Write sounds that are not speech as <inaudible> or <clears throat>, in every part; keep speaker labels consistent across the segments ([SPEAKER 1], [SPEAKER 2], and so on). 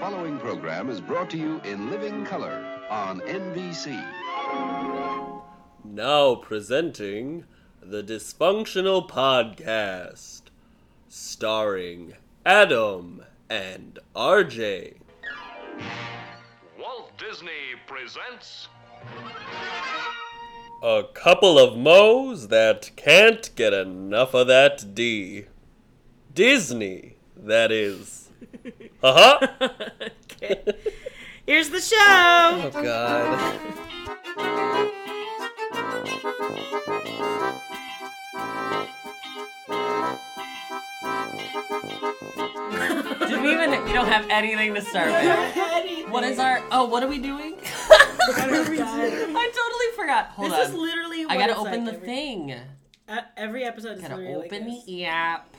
[SPEAKER 1] following program is brought to you in living color on NBC.
[SPEAKER 2] Now presenting the Dysfunctional Podcast, starring Adam and RJ.
[SPEAKER 3] Walt Disney presents
[SPEAKER 2] A couple of mo's that can't get enough of that D. Disney, that is. Haha!
[SPEAKER 4] Okay. Here's the show.
[SPEAKER 2] oh god.
[SPEAKER 4] Did we even? We don't have anything to start with. What is our? Oh, what are we
[SPEAKER 5] <laughs>
[SPEAKER 4] doing? I totally forgot. Hold
[SPEAKER 5] This is
[SPEAKER 4] on.
[SPEAKER 5] literally. What
[SPEAKER 4] I gotta
[SPEAKER 5] it's
[SPEAKER 4] open the
[SPEAKER 5] like every,
[SPEAKER 4] thing.
[SPEAKER 5] Uh, every episode is
[SPEAKER 4] Gotta
[SPEAKER 5] literally like
[SPEAKER 4] open
[SPEAKER 5] this,
[SPEAKER 4] the app.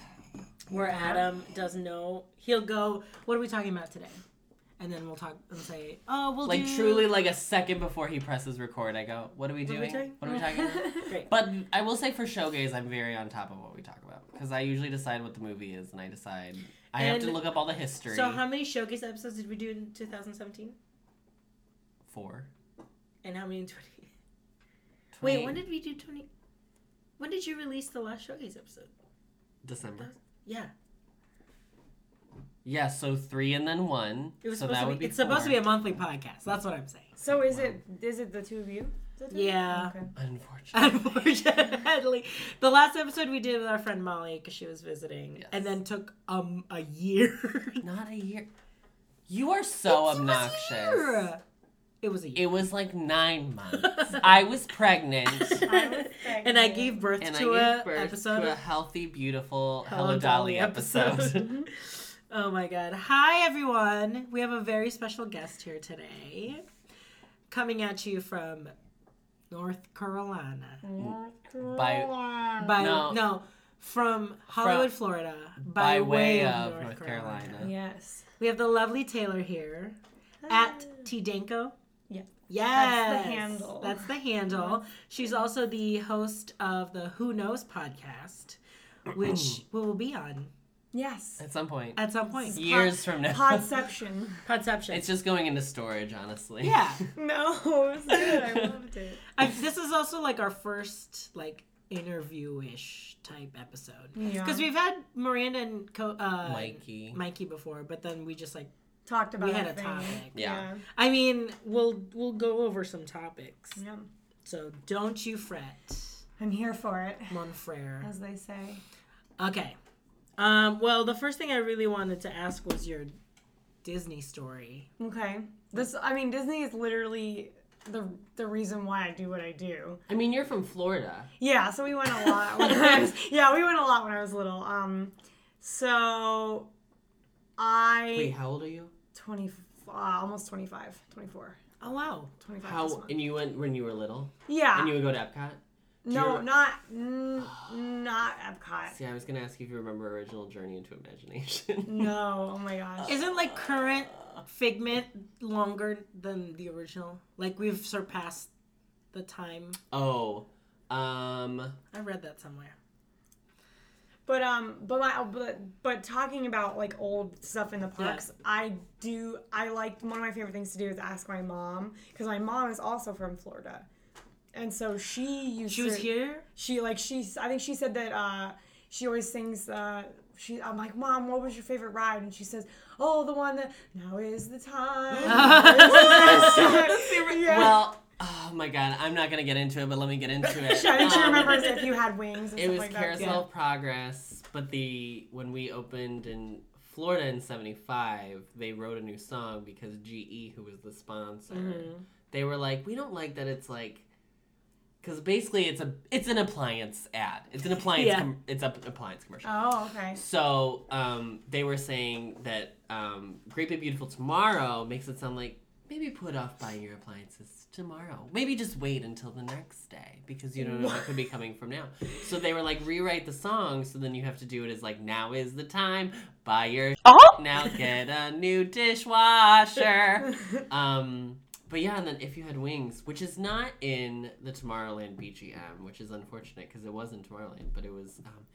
[SPEAKER 5] where Adam doesn't know. He'll go. What are we talking about today? And then we'll talk and say, oh, we'll
[SPEAKER 4] Like
[SPEAKER 5] do-
[SPEAKER 4] truly, like a second before he presses record, I go, "What are we
[SPEAKER 5] are
[SPEAKER 4] doing?
[SPEAKER 5] we doing?
[SPEAKER 4] What are we talking about?"
[SPEAKER 5] <laughs> <laughs> Great.
[SPEAKER 4] But I will say for showgaze, I'm very on top of what we talk about because I usually decide what the movie is, and I decide I have to
[SPEAKER 5] And-
[SPEAKER 4] look up all the history.
[SPEAKER 5] So how many showcase episodes did we do in 2017?
[SPEAKER 4] Four.
[SPEAKER 5] And how many in 20?
[SPEAKER 4] 28
[SPEAKER 5] Wait, when did we do 20? When did you release the last showcase episode?
[SPEAKER 4] December?
[SPEAKER 5] Yeah,
[SPEAKER 4] Yeah, so three and then one.
[SPEAKER 5] it was
[SPEAKER 4] so
[SPEAKER 5] supposed
[SPEAKER 4] that
[SPEAKER 5] to
[SPEAKER 4] would be
[SPEAKER 5] be. it's supposed to be
[SPEAKER 4] four.
[SPEAKER 5] a monthly podcast. That's what I'm saying.
[SPEAKER 6] So is it is it the two of you?
[SPEAKER 5] Yeah.
[SPEAKER 6] Okay.
[SPEAKER 4] Unfortunately.
[SPEAKER 5] <laughs> Unfortunately, the last episode we did with our friend Molly because she was visiting,
[SPEAKER 4] Yes.
[SPEAKER 5] and then took um a <laughs> year.
[SPEAKER 4] Not a year. You are so obnoxious.
[SPEAKER 5] It was a year,
[SPEAKER 4] It was like nine months.
[SPEAKER 5] <laughs>
[SPEAKER 4] I was pregnant.
[SPEAKER 6] <laughs>
[SPEAKER 5] and I gave birth
[SPEAKER 4] And I
[SPEAKER 5] to
[SPEAKER 4] gave
[SPEAKER 5] a
[SPEAKER 4] birth
[SPEAKER 5] episode.
[SPEAKER 4] to a healthy, beautiful
[SPEAKER 5] Hello,
[SPEAKER 4] Hello Dolly
[SPEAKER 5] Dolly
[SPEAKER 4] episode.
[SPEAKER 5] episode. oh my god! Hi everyone. We have a very special guest here today, coming at you from North Carolina.
[SPEAKER 4] <laughs> By
[SPEAKER 5] By
[SPEAKER 4] No.
[SPEAKER 5] no, from Hollywood, Florida, by, way, of, North, Carolina.
[SPEAKER 6] Yes.
[SPEAKER 5] We have the lovely Taylor here at T Danko.
[SPEAKER 6] Yeah.
[SPEAKER 5] Yes.
[SPEAKER 6] That's the handle. Mm-hmm.
[SPEAKER 5] That's the handle. She's also the host of the Who Knows podcast, which
[SPEAKER 4] Mm.
[SPEAKER 5] we will be on
[SPEAKER 4] <laughs>
[SPEAKER 6] Yes.
[SPEAKER 4] At some point.
[SPEAKER 5] at some point.
[SPEAKER 4] years from now.
[SPEAKER 6] Podception.
[SPEAKER 5] Podception.
[SPEAKER 4] <laughs> It's just going into storage, honestly.
[SPEAKER 5] yeah.
[SPEAKER 6] <laughs> no, it was good. <laughs> I loved it.
[SPEAKER 5] I, this is also like our first like interview-ish type episode.
[SPEAKER 6] Yeah.
[SPEAKER 5] Because we've had Miranda and Co- uh,
[SPEAKER 4] Mikey.
[SPEAKER 5] Mikey before, but then we just like
[SPEAKER 6] Talked about
[SPEAKER 5] we had a
[SPEAKER 6] thing.
[SPEAKER 5] topic.
[SPEAKER 4] Yeah.
[SPEAKER 5] I mean, we'll we'll go over some topics.
[SPEAKER 6] Yeah. Yeah.
[SPEAKER 5] So don't you fret,
[SPEAKER 6] I'm here for it,
[SPEAKER 5] mon frere.
[SPEAKER 6] as they say.
[SPEAKER 5] Okay. Um, well, the first thing I really wanted to ask was your Disney story.
[SPEAKER 6] Okay. This I mean Disney is literally the the reason why I do what I do.
[SPEAKER 4] I mean, you're from Florida.
[SPEAKER 6] Yeah, so we went a lot. When I was, <laughs> yeah, we went a lot when I was little. Um so I
[SPEAKER 4] Wait, how old are you?
[SPEAKER 6] 20 uh, almost 25, 24,
[SPEAKER 5] Oh wow.
[SPEAKER 6] 25. this
[SPEAKER 4] How
[SPEAKER 6] month.
[SPEAKER 4] and you went when you were little,
[SPEAKER 6] Yeah.
[SPEAKER 4] and you would go to Epcot.
[SPEAKER 6] No,
[SPEAKER 4] You're-
[SPEAKER 6] not n- not Epcot.
[SPEAKER 4] See, I was gonna ask you if you remember original Journey into
[SPEAKER 5] <laughs>
[SPEAKER 4] Imagination.
[SPEAKER 6] No, oh my gosh.
[SPEAKER 5] Isn't like current Figment longer than the original? Like we've surpassed the time.
[SPEAKER 4] oh, um,
[SPEAKER 5] I read that somewhere.
[SPEAKER 6] But um, but my but but talking about like old stuff in the parks, I do I like one of my favorite things to do is ask my mom because my mom is also from Florida, and so she used
[SPEAKER 5] She was
[SPEAKER 6] to-
[SPEAKER 5] here.
[SPEAKER 6] She like she I think she said that uh she always sings uh she I'm like mom what was your favorite ride and she says oh the one that now is the time.
[SPEAKER 4] <laughs>
[SPEAKER 6] <laughs> yeah.
[SPEAKER 4] well, oh my god, I'm not gonna get into it, but let me get into
[SPEAKER 6] <laughs>
[SPEAKER 4] it.
[SPEAKER 6] I think she
[SPEAKER 4] Um,
[SPEAKER 6] remembers if you had wings. And
[SPEAKER 4] It
[SPEAKER 6] stuff
[SPEAKER 4] was
[SPEAKER 6] like that.
[SPEAKER 4] Carousel of Progress, but the when we opened in Florida in '75, they wrote a new song because GE, who was the sponsor,
[SPEAKER 6] Mm-hmm.
[SPEAKER 4] they were like, "We don't like that it's like." Because basically, it's a it's an appliance ad. It's an appliance.
[SPEAKER 5] Yeah.
[SPEAKER 4] Com- it's a appliance commercial.
[SPEAKER 6] Oh, okay.
[SPEAKER 4] So um, they were saying that um, Great Big Beautiful Tomorrow makes it sound like maybe put off buying your appliances tomorrow. Maybe just wait until the next day because you don't know what could be coming from now. So they were like rewrite the song. So then you have to do it as like now is the time buy your
[SPEAKER 6] Oh.
[SPEAKER 4] <laughs> now get a new dishwasher. Um, but yeah, and then if you had wings, which is not in the Tomorrowland BGM, which is unfortunate because it was in Tomorrowland, but it was um,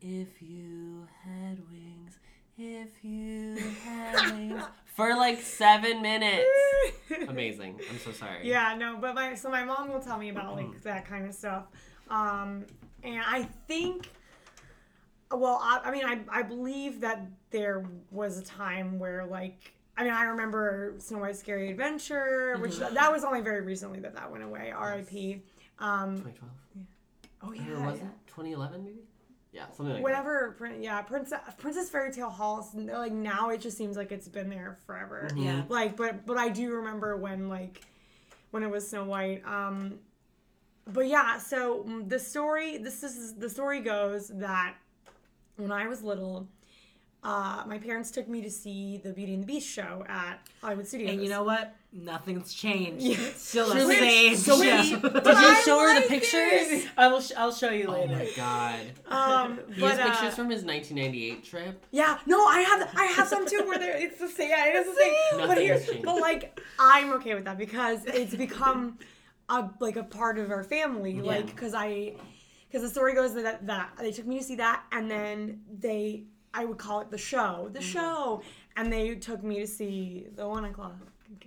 [SPEAKER 4] if you had wings If you
[SPEAKER 6] <laughs>
[SPEAKER 4] had wings," for like seven minutes. Amazing. I'm so sorry.
[SPEAKER 6] Yeah, no, but my so my mom will tell me about like that kind of stuff, um, and I think, well, I, I mean, I I believe that there was a time where like. I mean, I remember Snow White's Scary Adventure, which
[SPEAKER 4] Mm-hmm.
[SPEAKER 6] that was only very recently that that went away. R.I.P. Um,
[SPEAKER 4] 2012.
[SPEAKER 6] oh yeah,
[SPEAKER 4] Or was
[SPEAKER 6] yeah.
[SPEAKER 4] it 2011 maybe? Yeah, something like that.
[SPEAKER 6] whatever. Prin- Yeah, Princess Princess Fairy Tale Hall. s- Like now, it just seems like it's been there forever.
[SPEAKER 4] Mm-hmm.
[SPEAKER 5] Yeah.
[SPEAKER 6] Like, but but I do remember when like when it was Snow White. Um, but yeah, so mm, the story. This is the story goes that when I was little. Uh, my parents took me to see the Beauty and the Beast show at Hollywood Studios.
[SPEAKER 5] And you know what? Nothing's changed. Still the
[SPEAKER 4] Truly.
[SPEAKER 5] same
[SPEAKER 4] So we-
[SPEAKER 5] show.
[SPEAKER 4] Did
[SPEAKER 5] <laughs>
[SPEAKER 6] <laughs>
[SPEAKER 4] you
[SPEAKER 6] I
[SPEAKER 4] show her the
[SPEAKER 6] like it!
[SPEAKER 4] pictures?
[SPEAKER 5] I will. Sh- I'll show you
[SPEAKER 4] Oh
[SPEAKER 5] later.
[SPEAKER 4] my god. <laughs>
[SPEAKER 6] um,
[SPEAKER 4] He
[SPEAKER 6] but,
[SPEAKER 4] has pictures
[SPEAKER 6] uh,
[SPEAKER 4] from his 1998 trip.
[SPEAKER 6] Yeah, no, I have I have some too where there it's the same. Yeah, it is the same. But
[SPEAKER 4] Nothing
[SPEAKER 6] here,
[SPEAKER 4] has changed.
[SPEAKER 6] but like I'm okay with that because it's become a like a part of our family. Like because I because the story goes that that they took me to see that and then they I would call it the show,
[SPEAKER 4] Mm-hmm.
[SPEAKER 6] the show, and they took me to see the one o'clock.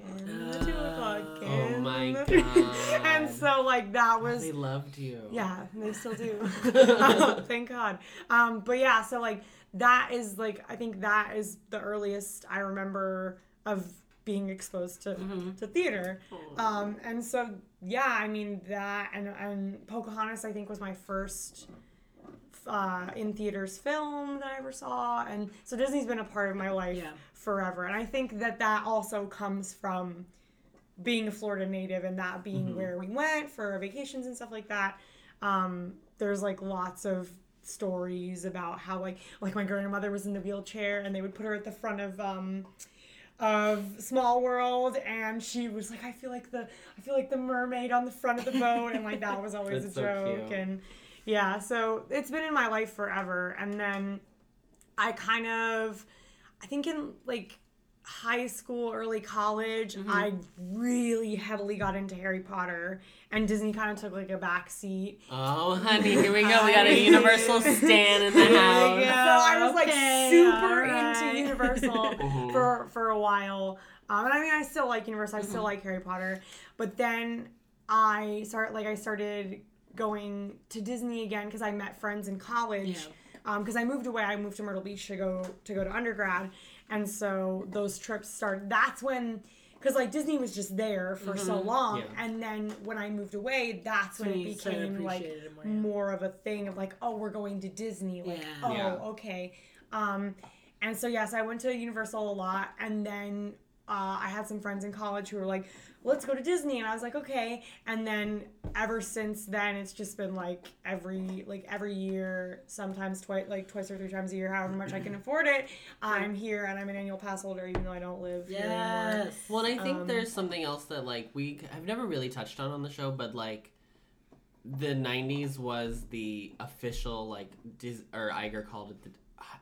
[SPEAKER 6] And the two o'clock.
[SPEAKER 4] Oh
[SPEAKER 6] and
[SPEAKER 4] my
[SPEAKER 6] the-
[SPEAKER 4] God.
[SPEAKER 6] <laughs> And so like that was
[SPEAKER 4] They loved you.
[SPEAKER 6] yeah, they still do. <laughs> Oh, Thank God. Um, but yeah, so like that is like I think that is the earliest I remember of being exposed to to theater. Um, and so yeah, I mean that and and Pocahontas I think was my first uh, in theaters film that I ever saw, and so Disney's been a part of my life
[SPEAKER 5] Yeah.
[SPEAKER 6] forever. And I think that that also comes from being a Florida native and that being
[SPEAKER 4] Mm-hmm.
[SPEAKER 6] where we went for vacations and stuff like that. Um, there's like lots of stories about how like like my grandmother was in the wheelchair and they would put her at the front of um of small world and she was like i feel like the i feel like the mermaid on the front of the boat and like that was always
[SPEAKER 4] <laughs>
[SPEAKER 6] a
[SPEAKER 4] That's so
[SPEAKER 6] joke
[SPEAKER 4] cute.
[SPEAKER 6] and yeah so it's been in my life forever and then i kind of i think in like high school, early college, I really heavily got into Harry Potter, and Disney kind of took like a back seat.
[SPEAKER 4] Oh, honey, here we go. We
[SPEAKER 6] <laughs>
[SPEAKER 4] got a universal stan in
[SPEAKER 6] Oh
[SPEAKER 4] the
[SPEAKER 5] There
[SPEAKER 4] house.
[SPEAKER 5] you go.
[SPEAKER 6] So I was like
[SPEAKER 5] Okay,
[SPEAKER 6] super
[SPEAKER 5] alright.
[SPEAKER 6] into
[SPEAKER 5] <laughs>
[SPEAKER 6] Universal for for a while. Um, and I mean, I still like Universal. I still
[SPEAKER 5] Mm-hmm.
[SPEAKER 6] like Harry Potter, but then I start like I started going to Disney again because I met friends in college.
[SPEAKER 5] Yeah.
[SPEAKER 6] because I moved away. I moved to Myrtle Beach to go to go to undergrad, and so those trips started. That's when, because like Disney was just there for so long,
[SPEAKER 4] Yeah.
[SPEAKER 6] and then when I moved away, that's when it
[SPEAKER 5] Mm-hmm. you started
[SPEAKER 6] became like
[SPEAKER 5] appreciating it more, yeah.
[SPEAKER 6] more of a thing of like, oh, we're going to Disney. Like,
[SPEAKER 5] Yeah.
[SPEAKER 6] oh,
[SPEAKER 4] Yeah.
[SPEAKER 6] okay. Um, and so yes, I went to Universal a lot, and then. Uh, I had some friends in college who were like, "Let's go to Disney," and I was like, "Okay." And then ever since then, it's just been like every like every year, sometimes twice like twice or three times a year, however much I can afford it. I'm here and I'm an annual pass holder, even though I don't live here anymore.
[SPEAKER 5] Yes.
[SPEAKER 4] Well, and I think there's something else that like we I've never really touched on on the show, but like the '90s was the official like Dis or Iger called it the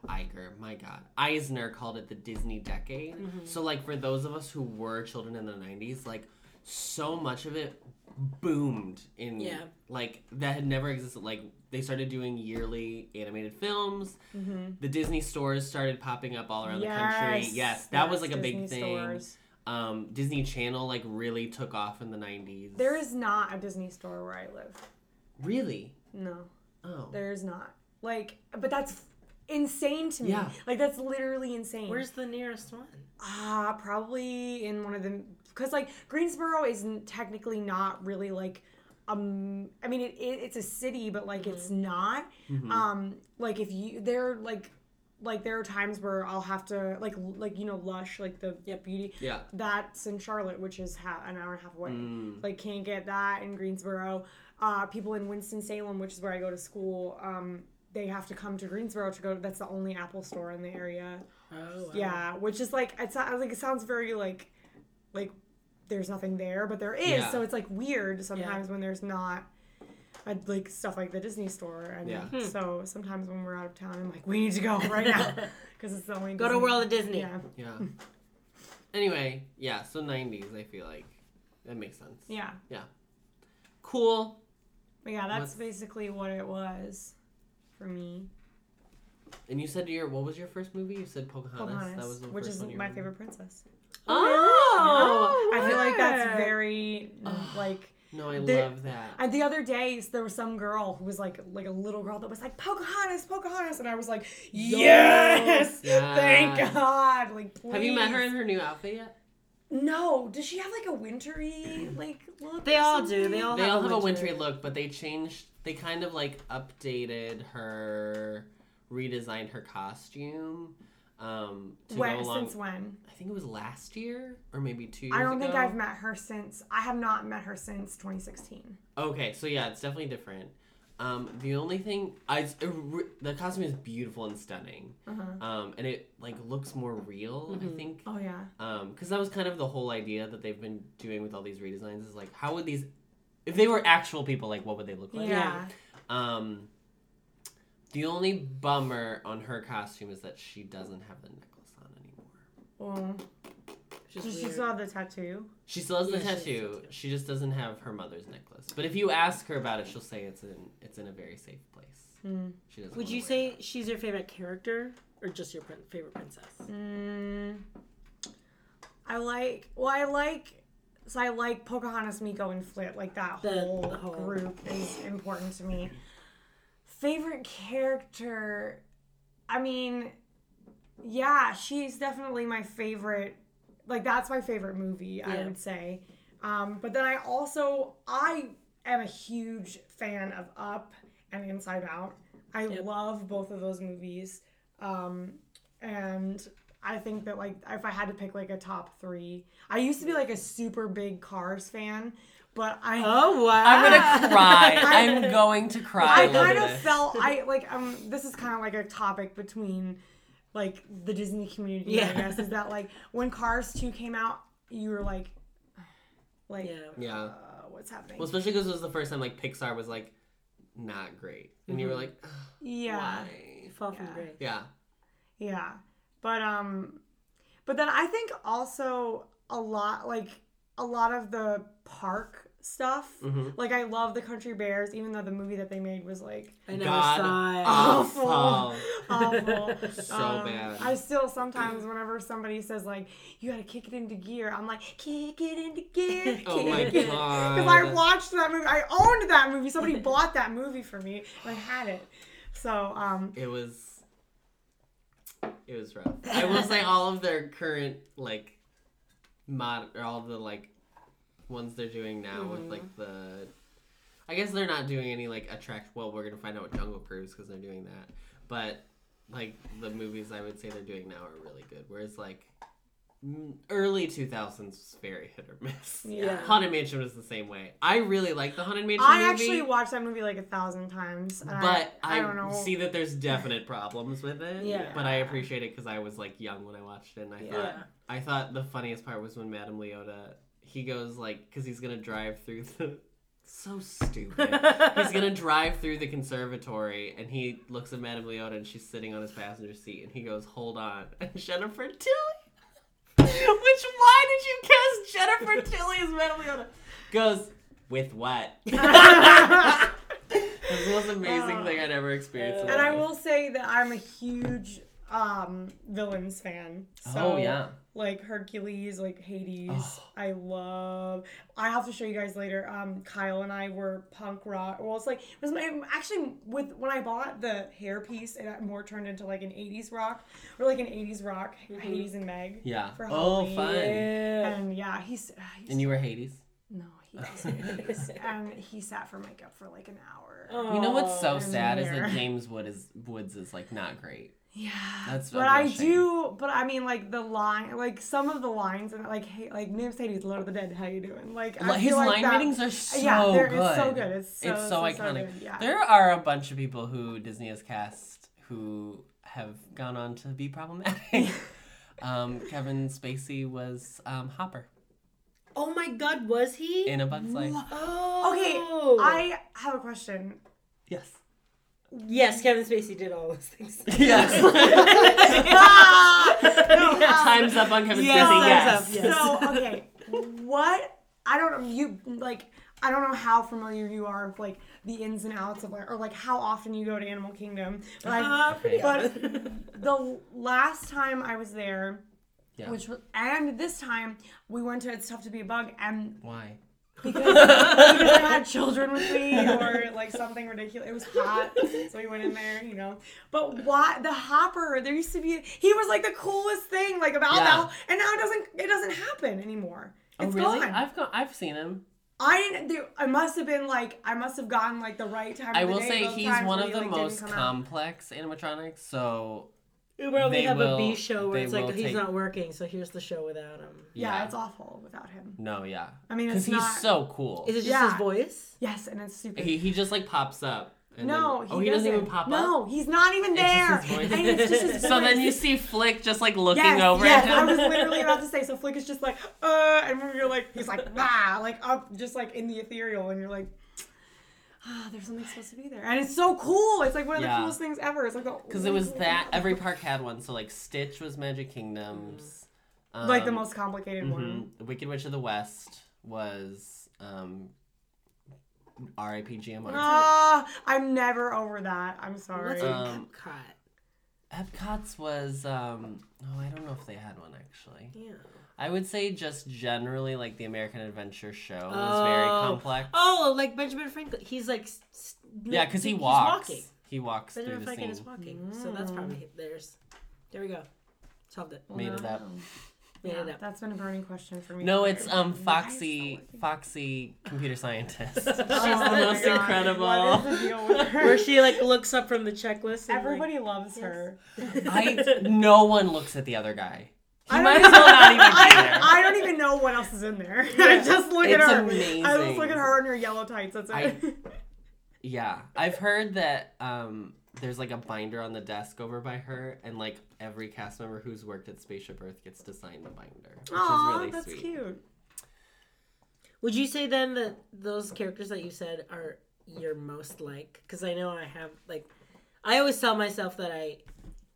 [SPEAKER 4] Iger. My God, Eisner called it the Disney decade. So like for those of us who were children in the '90s, like so much of it boomed in
[SPEAKER 5] Yeah.
[SPEAKER 4] like that had never existed like they started doing yearly animated films the disney stores started popping up all around the country yes that was like a big
[SPEAKER 6] Disney
[SPEAKER 4] thing
[SPEAKER 6] stores.
[SPEAKER 4] um, Disney Channel like really took off in the '90s.
[SPEAKER 6] There is not a Disney store where I live.
[SPEAKER 4] really
[SPEAKER 6] No,
[SPEAKER 4] oh
[SPEAKER 6] there is not. Like, but that's insane to me.
[SPEAKER 4] Yeah.
[SPEAKER 6] Like that's literally insane.
[SPEAKER 5] Where's the nearest one?
[SPEAKER 6] Ah, probably in one of the because like Greensboro isn't technically not really like um I mean it, it it's a city but like it's not um like if you there are, like like there are times where I'll have to like like you know Lush like the beauty
[SPEAKER 4] Yeah.
[SPEAKER 6] that's in Charlotte which is ha- an hour and a half away like can't get that in Greensboro uh people in Winston Salem which is where I go to school um they have to come to Greensboro to go that's the only Apple store in the area
[SPEAKER 5] Oh, wow.
[SPEAKER 6] yeah, which is like it's I was like it sounds very like like there's nothing there, but there is.
[SPEAKER 4] Yeah.
[SPEAKER 6] So it's like weird sometimes when there's not uh, like stuff like the Disney store and
[SPEAKER 4] Yeah.
[SPEAKER 6] so sometimes when we're out of town I'm like we need to go right now <laughs> because it's the only
[SPEAKER 5] <laughs> Go to
[SPEAKER 6] Disney-
[SPEAKER 5] World of Disney.
[SPEAKER 6] Yeah. <laughs>
[SPEAKER 4] yeah. anyway, yeah. So '90s, I feel like that makes sense.
[SPEAKER 6] Yeah.
[SPEAKER 4] Yeah. Cool.
[SPEAKER 6] But yeah, that's
[SPEAKER 4] What's-
[SPEAKER 6] basically what it was for me.
[SPEAKER 4] And you said your what was your first movie? You said Pocahontas. That was the
[SPEAKER 6] which
[SPEAKER 4] first
[SPEAKER 6] is
[SPEAKER 4] one you
[SPEAKER 6] my
[SPEAKER 4] remember.
[SPEAKER 6] favorite princess.
[SPEAKER 5] Oh,
[SPEAKER 6] I feel like that's
[SPEAKER 5] word.
[SPEAKER 6] very like.
[SPEAKER 4] No, I
[SPEAKER 6] The-
[SPEAKER 4] love that.
[SPEAKER 6] And the other day, s- there was some girl who was like, like a little girl that was like Pocahontas, Pocahontas, and I was like, yes,
[SPEAKER 4] Yes.
[SPEAKER 6] thank God. Like, please.
[SPEAKER 4] Have you met her in her new outfit yet?
[SPEAKER 6] No. Does she have like a wintry like look?
[SPEAKER 5] They
[SPEAKER 6] or
[SPEAKER 5] all do.
[SPEAKER 6] something?
[SPEAKER 5] They all
[SPEAKER 4] They
[SPEAKER 5] have,
[SPEAKER 4] all have a wintry look, but they changed. They kind of like updated her, redesigned her costume um, to
[SPEAKER 6] When,
[SPEAKER 4] go along.
[SPEAKER 6] since when?
[SPEAKER 4] I think it was last year or maybe two years
[SPEAKER 6] I don't think
[SPEAKER 4] ago.
[SPEAKER 6] I've met her since. I have not met her since 2016.
[SPEAKER 4] Okay, so yeah, it's definitely different. Um, the only thing I it's a re- the costume is beautiful and stunning,
[SPEAKER 6] Uh-huh.
[SPEAKER 4] um, and it like looks more real. I think
[SPEAKER 6] Oh yeah.
[SPEAKER 4] because that was kind of the whole idea that they've been doing with all these redesigns is like how would these if they were actual people like what would they look like?
[SPEAKER 6] Yeah.
[SPEAKER 4] Um, the only bummer on her costume is that she doesn't have the necklace on anymore.
[SPEAKER 6] Oh.
[SPEAKER 5] Just
[SPEAKER 6] Does she
[SPEAKER 5] weird.
[SPEAKER 6] still have the tattoo?
[SPEAKER 4] She still has the
[SPEAKER 5] Yeah, she has the
[SPEAKER 4] tattoo.
[SPEAKER 5] tattoo.
[SPEAKER 4] She just doesn't have her mother's necklace. But if you ask her about it, she'll say it's in it's in a very safe place.
[SPEAKER 5] Hmm.
[SPEAKER 4] She doesn't.
[SPEAKER 5] Would
[SPEAKER 4] wanna
[SPEAKER 5] you
[SPEAKER 4] wear
[SPEAKER 5] say
[SPEAKER 6] <laughs>
[SPEAKER 4] that.
[SPEAKER 5] she's your favorite character or just your prin- favorite princess?
[SPEAKER 6] Mm, I like. Well, I like. So I like Pocahontas, Miko, and Flit. Like that
[SPEAKER 5] The-
[SPEAKER 6] whole,
[SPEAKER 5] the whole-
[SPEAKER 6] group is important to me. Favorite character. I mean, yeah, she's definitely my favorite. Like that's my favorite movie. I
[SPEAKER 5] Yeah.
[SPEAKER 6] would say. Um, but then I also I am a huge fan of Up and Inside Out. I love both of those movies. Um, and I think that like if I had to pick like a top three, I used to be like a super big Cars fan, but I
[SPEAKER 5] Oh wow!
[SPEAKER 4] I'm gonna cry. I'm going to cry.
[SPEAKER 6] I
[SPEAKER 4] over
[SPEAKER 6] kind of
[SPEAKER 4] this.
[SPEAKER 6] felt I like um this is kind of like a topic between like the Disney community. I
[SPEAKER 5] Yeah.
[SPEAKER 6] guess is that like when Cars two came out, you were like, like
[SPEAKER 5] Yeah.
[SPEAKER 4] Yeah.
[SPEAKER 6] uh, what's happening?
[SPEAKER 4] Well, especially because it was the first time like Pixar was like not great, and you were
[SPEAKER 5] Mm-hmm.
[SPEAKER 4] like, "Ugh,
[SPEAKER 6] yeah.
[SPEAKER 4] why?
[SPEAKER 5] Fall from
[SPEAKER 6] Yeah.
[SPEAKER 5] grace.
[SPEAKER 4] Yeah.
[SPEAKER 6] Yeah. But um but then I think also a lot like a lot of the park stuff.
[SPEAKER 4] Mhm.
[SPEAKER 6] Like I love the Country Bears even though the movie that they made was like
[SPEAKER 5] I never
[SPEAKER 4] God
[SPEAKER 5] saw it.
[SPEAKER 6] Awful.
[SPEAKER 5] <laughs>
[SPEAKER 6] awful.
[SPEAKER 4] <laughs> So
[SPEAKER 6] Um,
[SPEAKER 4] bad.
[SPEAKER 6] I still sometimes whenever somebody says like you got to kick it into gear, I'm like kick it into gear. Kick
[SPEAKER 4] <laughs> Oh my
[SPEAKER 6] it. Cuz
[SPEAKER 4] god.
[SPEAKER 6] I watched that movie. I owned that movie. Somebody bought that movie for me and I had it. So um
[SPEAKER 4] it was. It was rough. I will say all of their current like mod or all the like ones they're doing now with
[SPEAKER 6] Mm-hmm.
[SPEAKER 4] like the. I guess they're not doing any like attract. Well, we're gonna find out what Jungle Cruise because they're doing that, but like the movies I would say they're doing now are really good. Whereas like m- early 2000s was very hit or miss.
[SPEAKER 6] Yeah.
[SPEAKER 4] Haunted Mansion was the same way. I really like the Haunted Mansion
[SPEAKER 6] I
[SPEAKER 4] movie.
[SPEAKER 6] actually watched that movie like a thousand times. and
[SPEAKER 4] But
[SPEAKER 6] I,
[SPEAKER 4] I,
[SPEAKER 6] don't know.
[SPEAKER 4] see that there's definite problems with
[SPEAKER 6] <laughs>
[SPEAKER 4] it.
[SPEAKER 5] Yeah.
[SPEAKER 4] But I appreciate it because I was like young when I watched it, and I thought
[SPEAKER 5] Yeah.
[SPEAKER 4] I thought the funniest part was when Madame Leota he goes like because he's gonna drive through the <laughs> so
[SPEAKER 6] <laughs>
[SPEAKER 4] stupid. he's gonna drive through the conservatory, and he looks at Madame Leota, and she's sitting on his passenger seat, and he goes, "Hold on," <laughs> and Jennifer Tilly. <laughs> Which why did you <laughs> cast <laughs> Jennifer Tilly as Madame Leota? Goes with
[SPEAKER 6] <laughs>
[SPEAKER 4] what? <laughs> This was the most amazing thing I'd ever experienced. in my
[SPEAKER 6] and I
[SPEAKER 4] life.
[SPEAKER 6] will say that I'm a huge um villains fan. So
[SPEAKER 4] Oh, yeah. Oh.
[SPEAKER 6] Like Hercules, like Hades. I love I have to show you guys later. Um Kyle and I were punk rock. Well it's like it was my actually with when I bought the hair piece it more turned into like an 80s rock or like an 80s rock Hades and Meg.
[SPEAKER 4] Yeah.
[SPEAKER 6] For
[SPEAKER 4] oh,
[SPEAKER 6] Halloween.
[SPEAKER 4] fun.
[SPEAKER 6] And yeah, he's, he's
[SPEAKER 4] And you were Hades.
[SPEAKER 6] No,
[SPEAKER 4] <laughs>
[SPEAKER 6] he doesn't. <laughs> and he sat for makeup for like an hour.
[SPEAKER 5] Oh.
[SPEAKER 4] You know what's so
[SPEAKER 6] I'm
[SPEAKER 4] sad is
[SPEAKER 6] here.
[SPEAKER 4] that James Wood is Woods is like not great.
[SPEAKER 6] Yeah.
[SPEAKER 4] That's
[SPEAKER 6] but
[SPEAKER 4] a
[SPEAKER 6] I
[SPEAKER 4] real shame.
[SPEAKER 6] do. But I mean, like the line, like some of the lines, and like hey, like Nibs Hades, Lord of the Dead, how you doing? Like I
[SPEAKER 4] Like,
[SPEAKER 6] feel
[SPEAKER 4] His
[SPEAKER 6] like
[SPEAKER 4] line
[SPEAKER 6] that-
[SPEAKER 4] readings are so
[SPEAKER 6] yeah, they're-
[SPEAKER 4] good.
[SPEAKER 6] It's so good. It's so,
[SPEAKER 4] It's so
[SPEAKER 6] so, so
[SPEAKER 4] iconic.
[SPEAKER 6] good, yeah.
[SPEAKER 4] There are a bunch of people who Disney has cast who have gone on to be problematic.
[SPEAKER 6] <laughs>
[SPEAKER 4] um, Kevin Spacey was um, Hopper
[SPEAKER 5] Oh my God, was he?
[SPEAKER 4] in A Bug's Life.
[SPEAKER 6] Okay,
[SPEAKER 5] Oh.
[SPEAKER 6] I have a question.
[SPEAKER 4] Yes.
[SPEAKER 5] yes, Kevin Spacey did all those
[SPEAKER 4] <laughs>
[SPEAKER 5] things.
[SPEAKER 4] Yes.
[SPEAKER 6] No, um,
[SPEAKER 4] Time's up on Kevin
[SPEAKER 5] Yes,
[SPEAKER 4] Spacey. <laughs> Yes.
[SPEAKER 5] time's up, yes.
[SPEAKER 6] So okay, what? I don't know. You like I don't know how familiar you are with like the ins and outs of or like how often you go to Animal Kingdom. But,
[SPEAKER 4] Uh-huh.
[SPEAKER 6] I,
[SPEAKER 5] <laughs>
[SPEAKER 6] but <laughs> the last time I was there,
[SPEAKER 4] Yeah.
[SPEAKER 6] which was, and this time we went to It's Tough to Be a Bug, and
[SPEAKER 4] Why?
[SPEAKER 6] because
[SPEAKER 4] <laughs>
[SPEAKER 6] I had children with me or like something ridiculous. It was hot, so we went in there, you know. But why the Hopper? There used to be he was like the coolest thing like about
[SPEAKER 4] Yeah.
[SPEAKER 6] now, and now it doesn't it doesn't happen anymore.
[SPEAKER 4] Oh,
[SPEAKER 6] It's
[SPEAKER 4] really?
[SPEAKER 6] gone.
[SPEAKER 4] I've gone. I've seen him.
[SPEAKER 6] I didn't. There, I must have been like I must have gotten like the right time.
[SPEAKER 4] I
[SPEAKER 6] of the
[SPEAKER 4] will
[SPEAKER 6] day,
[SPEAKER 4] say
[SPEAKER 6] both
[SPEAKER 4] he's
[SPEAKER 6] times
[SPEAKER 4] one
[SPEAKER 6] when
[SPEAKER 4] of
[SPEAKER 6] he,
[SPEAKER 4] the
[SPEAKER 6] like, didn't
[SPEAKER 4] most
[SPEAKER 6] come out.
[SPEAKER 4] complex animatronics. So
[SPEAKER 5] We probably
[SPEAKER 4] They
[SPEAKER 5] have a B
[SPEAKER 4] will-
[SPEAKER 5] show where
[SPEAKER 4] they
[SPEAKER 5] it's like
[SPEAKER 4] will
[SPEAKER 5] he's
[SPEAKER 4] take-
[SPEAKER 5] not working, so here's the show without him.
[SPEAKER 6] Yeah,
[SPEAKER 4] yeah.
[SPEAKER 6] it's awful without him.
[SPEAKER 4] no, yeah.
[SPEAKER 6] I mean,
[SPEAKER 4] because
[SPEAKER 6] it's
[SPEAKER 4] he's
[SPEAKER 6] not-
[SPEAKER 4] so cool.
[SPEAKER 5] Is it just his
[SPEAKER 6] Yeah.
[SPEAKER 5] voice?
[SPEAKER 6] Yes, and it's super.
[SPEAKER 4] He he just like pops up. And
[SPEAKER 6] no,
[SPEAKER 4] then, oh, he doesn't, even pop up.
[SPEAKER 6] No, he's not even there.
[SPEAKER 4] It's just his voice.
[SPEAKER 6] And it's just <laughs>
[SPEAKER 4] <laughs>
[SPEAKER 6] his
[SPEAKER 4] so then
[SPEAKER 6] voice.
[SPEAKER 4] you see Flick just like looking
[SPEAKER 6] yes,
[SPEAKER 4] over
[SPEAKER 6] yes,
[SPEAKER 4] at him.
[SPEAKER 6] I
[SPEAKER 4] <laughs>
[SPEAKER 6] was literally about to say. So Flick is just like, uh, and we were like, he's like, ah, like up, just like in the ethereal, and you're like, ah, there's something supposed to be there, and it's so cool. It's like one of
[SPEAKER 4] Yeah.
[SPEAKER 6] the coolest things ever. It's like the
[SPEAKER 4] Because it was that every park had one. So like Stitch was Magic Kingdom's. Um,
[SPEAKER 6] Mm-hmm. like the most complicated one.
[SPEAKER 4] mhm. The Wicked Witch of the West was um, R.I.P. GMR.
[SPEAKER 6] Ah, I'm never over that. I'm sorry.
[SPEAKER 5] What's
[SPEAKER 4] Um,
[SPEAKER 5] Epcot?
[SPEAKER 4] Epcot's was um, oh I don't know if they had one actually.
[SPEAKER 5] Yeah.
[SPEAKER 4] I would say just generally like the American Adventure show was very
[SPEAKER 5] Oh.
[SPEAKER 4] complex.
[SPEAKER 5] Oh, like Benjamin Franklin. He's like. s- s-
[SPEAKER 4] yeah, because he
[SPEAKER 5] he's
[SPEAKER 4] walks.
[SPEAKER 5] walking.
[SPEAKER 4] He walks through
[SPEAKER 5] Benjamin
[SPEAKER 4] the
[SPEAKER 5] Franklin
[SPEAKER 4] scene.
[SPEAKER 5] is walking, so that's probably
[SPEAKER 6] Mm.
[SPEAKER 5] theirs. There we go. Solved <laughs> it.
[SPEAKER 4] Made it up.
[SPEAKER 5] Made it
[SPEAKER 6] Yeah,
[SPEAKER 5] up.
[SPEAKER 6] that's been a burning question for me.
[SPEAKER 4] No,
[SPEAKER 6] forever.
[SPEAKER 4] it's um
[SPEAKER 6] Why is
[SPEAKER 4] Foxy,
[SPEAKER 6] that like-
[SPEAKER 4] Foxy computer scientist. She's
[SPEAKER 5] <laughs>
[SPEAKER 6] Oh
[SPEAKER 4] the
[SPEAKER 6] my
[SPEAKER 4] most
[SPEAKER 6] God, What
[SPEAKER 4] incredible.
[SPEAKER 6] is the deal with
[SPEAKER 5] Where
[SPEAKER 6] her?
[SPEAKER 5] she like looks up from the checklist. And,
[SPEAKER 6] Everybody loves her.
[SPEAKER 4] I no one looks at the other guy. He
[SPEAKER 6] I
[SPEAKER 4] might
[SPEAKER 6] don't
[SPEAKER 4] as well not even be
[SPEAKER 6] I,
[SPEAKER 4] there.
[SPEAKER 6] I don't even know what else is in there. <laughs> I just look
[SPEAKER 4] It's
[SPEAKER 6] at her. I
[SPEAKER 4] amazing.
[SPEAKER 6] just look at her in her yellow tights. That's it.
[SPEAKER 4] <laughs> I- Yeah, I've heard that um, there's like a binder on the desk over by her, and like every cast member who's worked at Spaceship Earth gets to sign the binder, which
[SPEAKER 6] Aw,
[SPEAKER 4] is really
[SPEAKER 6] that's
[SPEAKER 4] sweet.
[SPEAKER 6] cute.
[SPEAKER 5] Would you say then that those characters that you said are your most like? Because I know I have like, I always tell myself that I,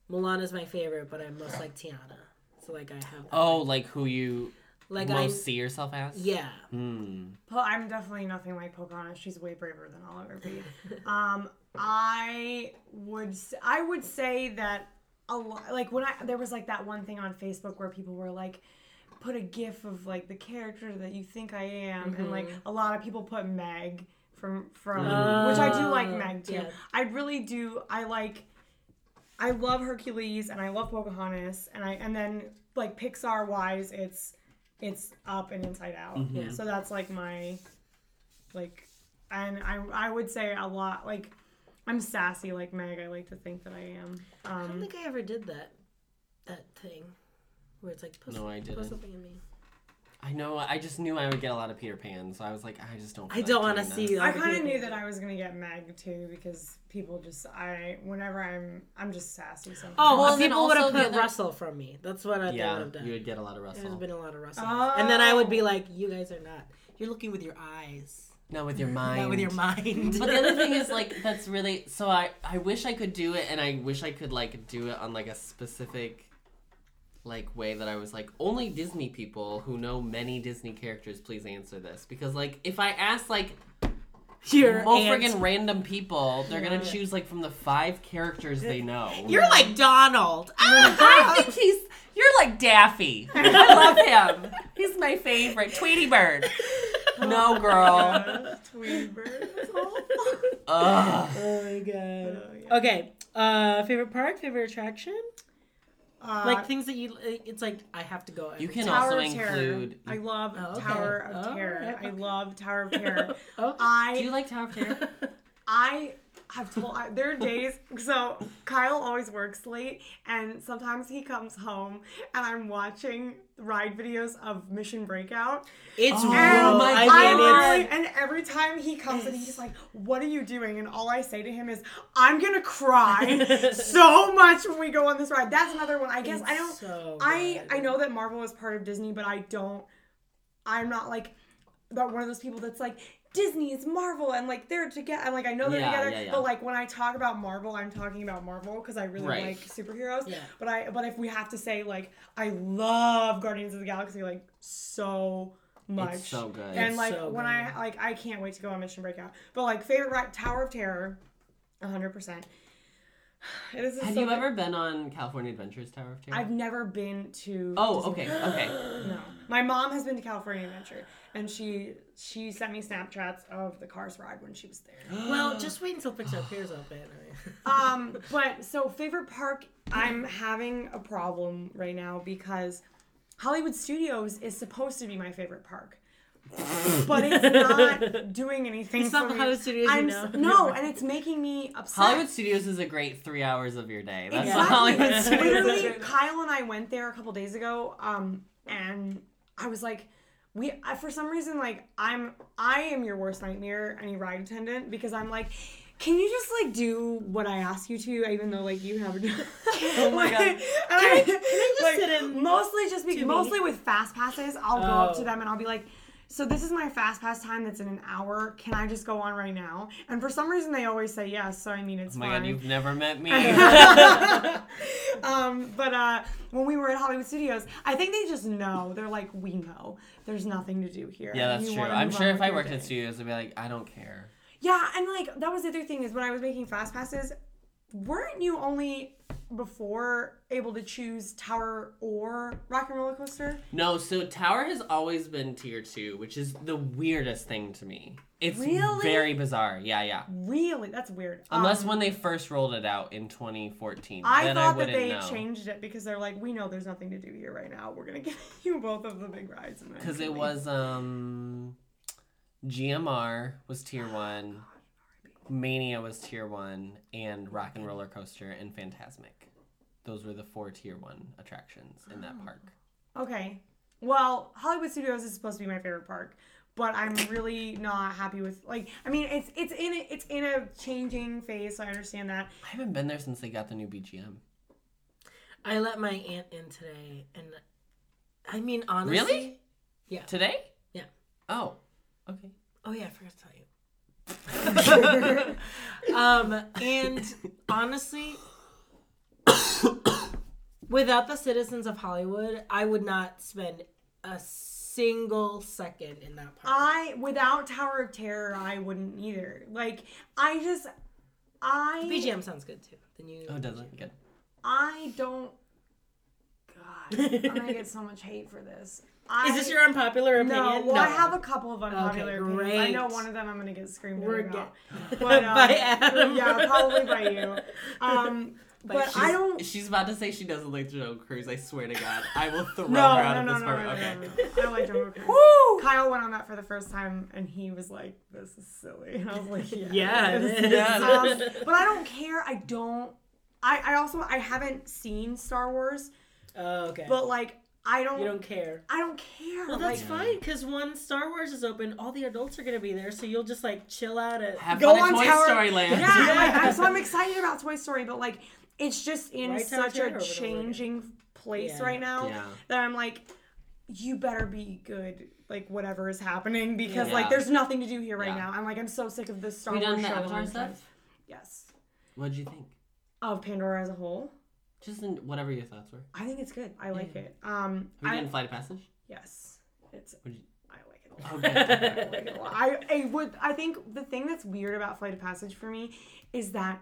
[SPEAKER 5] Milana's my favorite, but I'm most like Tiana. So like I have
[SPEAKER 4] Oh, like who you
[SPEAKER 5] like
[SPEAKER 4] most
[SPEAKER 5] I
[SPEAKER 4] see yourself as?
[SPEAKER 5] yeah.
[SPEAKER 4] Hmm.
[SPEAKER 6] Po- I'm definitely nothing like Pocahontas. She's way braver than I'll ever be. Um, I would s- I would say that a lot. Like when I there was like that one thing on Facebook where people were like. Put a gif of like the character that you think I am, and like
[SPEAKER 5] Mm-hmm.
[SPEAKER 6] a lot of people put Meg from from which I do like
[SPEAKER 5] Oh,
[SPEAKER 6] Meg too.
[SPEAKER 5] yeah.
[SPEAKER 6] I really do. I like I love Hercules and I love Pocahontas and I and then like Pixar wise it's it's up and inside out.
[SPEAKER 5] Yeah.
[SPEAKER 6] So that's like my like and I I would say a lot like I'm sassy like Meg. I like to think that I am.
[SPEAKER 5] I
[SPEAKER 4] Mm-hmm.
[SPEAKER 5] don't
[SPEAKER 6] Um,
[SPEAKER 5] think I ever did that, that thing, where it's like post,
[SPEAKER 4] No, I
[SPEAKER 5] post
[SPEAKER 4] didn't.
[SPEAKER 5] something in me.
[SPEAKER 4] I know. I just knew I would get a lot of Peter Pan, so I was like, I just don't.
[SPEAKER 5] I don't want to see.
[SPEAKER 4] you.
[SPEAKER 5] all
[SPEAKER 6] I
[SPEAKER 5] the
[SPEAKER 6] kind of
[SPEAKER 5] people.
[SPEAKER 6] knew that I was gonna get Meg too because people just I whenever I'm I'm just sassy. So
[SPEAKER 5] Oh,
[SPEAKER 4] Well, and then
[SPEAKER 5] people would have
[SPEAKER 4] also the
[SPEAKER 5] put
[SPEAKER 4] other-
[SPEAKER 5] Russell from me. That's what I
[SPEAKER 4] Yeah,
[SPEAKER 5] would have done.
[SPEAKER 4] you would get a lot of
[SPEAKER 5] There's
[SPEAKER 4] Russell.
[SPEAKER 5] been a lot of Russells, and then I would be like, "You guys are not. You're looking with your eyes,
[SPEAKER 4] Not
[SPEAKER 5] <laughs>
[SPEAKER 4] with your mind.
[SPEAKER 5] not with your mind." <laughs>
[SPEAKER 4] But the other thing is like that's really so I I wish I could do it and I wish I could like do it on like a specific like way that I was like only Disney people who know many Disney characters please answer this because like if I ask like
[SPEAKER 5] Your
[SPEAKER 4] more
[SPEAKER 5] aunt.
[SPEAKER 4] friggin' random people they're gonna choose like from the five characters they know.
[SPEAKER 5] <laughs> You're like <laughs> Donald. Ah!
[SPEAKER 4] I think he's you're like Daffy. I love him. He's my favorite. Tweety Bird.
[SPEAKER 5] Oh
[SPEAKER 4] No
[SPEAKER 5] <laughs>
[SPEAKER 4] girl. <laughs> Ugh.
[SPEAKER 5] Oh my god. Okay. Uh, favorite park, favorite attraction, like things that you. It's like I have to go. every
[SPEAKER 4] You can
[SPEAKER 5] time.
[SPEAKER 4] also
[SPEAKER 6] Tower of Terror.
[SPEAKER 4] include
[SPEAKER 6] I love
[SPEAKER 5] Oh, okay.
[SPEAKER 6] Tower of
[SPEAKER 5] Oh,
[SPEAKER 6] Terror.
[SPEAKER 5] yeah,
[SPEAKER 6] I
[SPEAKER 5] okay.
[SPEAKER 6] love Tower
[SPEAKER 4] <laughs>
[SPEAKER 6] of Terror.
[SPEAKER 5] Okay.
[SPEAKER 6] I
[SPEAKER 4] Do you like Tower of Terror?
[SPEAKER 6] I have told I, there are days. So Kyle always works late, and sometimes he comes home, and I'm watching ride videos of Mission Breakout.
[SPEAKER 5] It's
[SPEAKER 4] Oh,
[SPEAKER 5] real.
[SPEAKER 6] And
[SPEAKER 4] my
[SPEAKER 5] I
[SPEAKER 6] I'm
[SPEAKER 5] mean,
[SPEAKER 4] God.
[SPEAKER 5] it's-
[SPEAKER 6] really- and every time he comes and he's like, "What are you doing?" and all I say to him is, "I'm
[SPEAKER 4] <laughs>
[SPEAKER 6] gonna cry so much when we go on this ride." That's another one. I guess I
[SPEAKER 5] It's
[SPEAKER 6] don't.
[SPEAKER 5] so
[SPEAKER 6] I
[SPEAKER 5] good.
[SPEAKER 6] I know that Marvel is part of Disney, but I don't. I'm not like that one of those people that's like Disney is Marvel and like they're together. And like I know they're
[SPEAKER 4] Yeah,
[SPEAKER 6] together,
[SPEAKER 4] yeah, yeah.
[SPEAKER 6] but like when I talk about Marvel, I'm talking about Marvel because I really
[SPEAKER 4] Right.
[SPEAKER 6] like superheroes.
[SPEAKER 5] Yeah.
[SPEAKER 6] But I but if we have to say like I love Guardians of the Galaxy like so much.
[SPEAKER 4] It's so good.
[SPEAKER 6] And
[SPEAKER 5] It's
[SPEAKER 6] like
[SPEAKER 5] so
[SPEAKER 6] when I like I can't wait to go on Mission Breakout. But like favorite ride, Tower of Terror, hundred percent. <sighs> This is
[SPEAKER 4] Have
[SPEAKER 6] so
[SPEAKER 4] you
[SPEAKER 6] good.
[SPEAKER 4] ever been on California Adventures Tower of Terror?
[SPEAKER 6] I've never been to.
[SPEAKER 4] oh, okay,
[SPEAKER 6] <gasps>
[SPEAKER 4] okay.
[SPEAKER 6] No, my mom has been to California Adventure, and she she sent me Snapchats of the Cars ride when she was
[SPEAKER 5] <gasps>
[SPEAKER 6] there.
[SPEAKER 5] Well, just wait until <sighs> Pixar Piers open. I mean.
[SPEAKER 6] um, but so favorite park, I'm having a problem right now because Hollywood Studios is supposed to be my favorite park. but it's
[SPEAKER 5] <laughs>
[SPEAKER 6] not doing anything.
[SPEAKER 5] It's not
[SPEAKER 6] for
[SPEAKER 5] the
[SPEAKER 6] me.
[SPEAKER 5] Hollywood Studios you
[SPEAKER 6] I'm,
[SPEAKER 5] know.
[SPEAKER 6] s-
[SPEAKER 5] <laughs>
[SPEAKER 6] No, and it's making me upset.
[SPEAKER 4] Hollywood Studios is a great three hours of your day. That's what
[SPEAKER 6] Exactly.
[SPEAKER 4] <laughs> Hollywood Oh Studios.
[SPEAKER 6] Literally,
[SPEAKER 4] is.
[SPEAKER 6] Kyle and I went there a couple days ago, um, and I was like, we I, for some reason like I'm I am your worst nightmare, any ride attendant, because I'm like. Can you just like do what I ask you to, even though like you have a
[SPEAKER 5] <laughs>
[SPEAKER 6] job? Oh
[SPEAKER 5] my God.
[SPEAKER 6] and I,
[SPEAKER 5] Can I- can I just
[SPEAKER 6] like,
[SPEAKER 5] sit in
[SPEAKER 6] Mostly just be
[SPEAKER 5] to me?
[SPEAKER 6] mostly with fast passes. I'll go up to
[SPEAKER 5] Oh.
[SPEAKER 6] them and I'll be like, "So this is my fast pass time. That's in an hour. Can I just go on right now?" And for some reason they always say yes. So I mean, it's
[SPEAKER 4] Oh my
[SPEAKER 6] fine.
[SPEAKER 4] god, you've never met
[SPEAKER 6] <laughs>
[SPEAKER 4] me.
[SPEAKER 6] Um, but uh, when we were at Hollywood Studios, I think they just know. They're like, we know. There's nothing to do here.
[SPEAKER 4] Yeah, that's
[SPEAKER 6] You
[SPEAKER 4] true.
[SPEAKER 6] wanna
[SPEAKER 4] I'm
[SPEAKER 6] move
[SPEAKER 4] sure
[SPEAKER 6] on
[SPEAKER 4] if
[SPEAKER 6] with
[SPEAKER 4] I
[SPEAKER 6] your
[SPEAKER 4] worked
[SPEAKER 6] day."
[SPEAKER 4] at studios, I'd be like, I don't care.
[SPEAKER 6] Yeah, and like that was the other thing is when I was making fast passes, weren't you only before able to choose Tower or Rock and Roller Coaster?
[SPEAKER 4] No, so Tower has always been tier two, which is the weirdest thing to me. It's
[SPEAKER 6] Really?
[SPEAKER 4] very bizarre. Yeah, yeah.
[SPEAKER 6] Really, that's weird.
[SPEAKER 4] Unless
[SPEAKER 6] Um,
[SPEAKER 4] when they first rolled it out in 2014,
[SPEAKER 6] I
[SPEAKER 4] then
[SPEAKER 6] thought
[SPEAKER 4] I
[SPEAKER 6] that
[SPEAKER 4] wouldn't
[SPEAKER 6] they
[SPEAKER 4] know.
[SPEAKER 6] changed it because they're like, we know there's nothing to do here right now. We're gonna give <laughs> you both of the big rides. and then
[SPEAKER 4] Because
[SPEAKER 6] you
[SPEAKER 4] it
[SPEAKER 6] can
[SPEAKER 4] was um, GMR was tier
[SPEAKER 6] Oh,
[SPEAKER 4] one, Mania was tier one, and Rock and Roller Coaster and Fantasmic. Those were the four tier one attractions in that
[SPEAKER 6] Oh.
[SPEAKER 4] park.
[SPEAKER 6] Okay. Well, Hollywood Studios is supposed to be my favorite park, but I'm really not happy with like I mean it's it's in a, it's in a changing phase, so I understand that.
[SPEAKER 4] I haven't been there since they got the new BGM.
[SPEAKER 5] I let my aunt in today, and I mean honestly,
[SPEAKER 4] Really? Today?
[SPEAKER 5] Yeah.
[SPEAKER 4] Oh, okay.
[SPEAKER 5] Oh yeah, I forgot to tell you. <laughs> um, and honestly, without the citizens of Hollywood, I would not spend a single second in that park.
[SPEAKER 6] I without Tower of Terror, I wouldn't either. Like I just I
[SPEAKER 5] BGM sounds good too. The new
[SPEAKER 4] Oh, does it? Good.
[SPEAKER 6] I don't God, I'm gonna get so much hate for this. I,
[SPEAKER 5] Is this your unpopular opinion?
[SPEAKER 6] no, well, I have a couple of unpopular opinions. I know
[SPEAKER 5] great.
[SPEAKER 6] one of them I'm gonna get screamed at
[SPEAKER 5] We're
[SPEAKER 6] about.
[SPEAKER 5] get-
[SPEAKER 6] But,
[SPEAKER 5] <laughs>
[SPEAKER 6] um,
[SPEAKER 5] by Adam.
[SPEAKER 6] yeah, probably
[SPEAKER 5] <laughs>
[SPEAKER 6] by you. Um, but I don't.
[SPEAKER 4] She's about to say she doesn't like Joe Cruz. I swear to God, I
[SPEAKER 6] <laughs>
[SPEAKER 4] will throw her
[SPEAKER 6] No,
[SPEAKER 4] out
[SPEAKER 6] no,
[SPEAKER 4] of
[SPEAKER 6] no,
[SPEAKER 4] this
[SPEAKER 6] no, no,
[SPEAKER 4] part.
[SPEAKER 6] no,
[SPEAKER 4] okay.
[SPEAKER 6] no, no, no. I like <laughs> Jungle Cruise. Kyle went on that for the first time, and he was like, "This is silly." <laughs> And I was like, "Yeah."
[SPEAKER 5] Yeah,
[SPEAKER 6] it
[SPEAKER 4] <laughs>
[SPEAKER 5] it
[SPEAKER 6] is."
[SPEAKER 5] is.
[SPEAKER 6] <laughs> Um, but I don't care. I don't. I, I also I haven't seen Star Wars,
[SPEAKER 5] Oh, okay.
[SPEAKER 6] but like I don't.
[SPEAKER 5] you don't care.
[SPEAKER 6] I don't care.
[SPEAKER 5] Well, that's
[SPEAKER 6] like,
[SPEAKER 5] fine because when Star Wars is open, all the adults are gonna be there, so you'll just like chill out at. <laughs>
[SPEAKER 4] Have
[SPEAKER 6] Go
[SPEAKER 4] fun at
[SPEAKER 6] on
[SPEAKER 4] Toy
[SPEAKER 6] Tower-
[SPEAKER 4] Story Land.
[SPEAKER 6] Yeah, like,
[SPEAKER 4] <laughs>
[SPEAKER 6] I'm, so I'm excited about Toy Story, but like it's just in
[SPEAKER 5] Right time
[SPEAKER 6] such
[SPEAKER 5] to
[SPEAKER 6] a
[SPEAKER 5] over and over again.
[SPEAKER 6] changing place
[SPEAKER 5] Yeah.
[SPEAKER 6] right now
[SPEAKER 4] Yeah.
[SPEAKER 6] that I'm like, you better be good, like whatever is happening, because
[SPEAKER 4] Yeah.
[SPEAKER 6] like there's nothing to do here right
[SPEAKER 4] Yeah.
[SPEAKER 6] now. I'm like, I'm so sick of this Star
[SPEAKER 4] We
[SPEAKER 6] Wars
[SPEAKER 4] done the
[SPEAKER 6] show.
[SPEAKER 4] Avatar
[SPEAKER 6] I'm trying-
[SPEAKER 4] stuff?
[SPEAKER 6] Yes.
[SPEAKER 4] What'd you think?
[SPEAKER 6] Of Pandora as a whole,
[SPEAKER 4] Just in whatever your thoughts were.
[SPEAKER 6] I think it's good. I like it. Um,
[SPEAKER 4] We
[SPEAKER 6] I,
[SPEAKER 4] didn't fly to passage.
[SPEAKER 6] yes, it's.
[SPEAKER 4] Would you- Oh,
[SPEAKER 6] I like it. a lot.
[SPEAKER 4] Okay. <laughs>
[SPEAKER 6] I like it a lot. I, I would I think the thing that's weird about Flight of Passage for me is that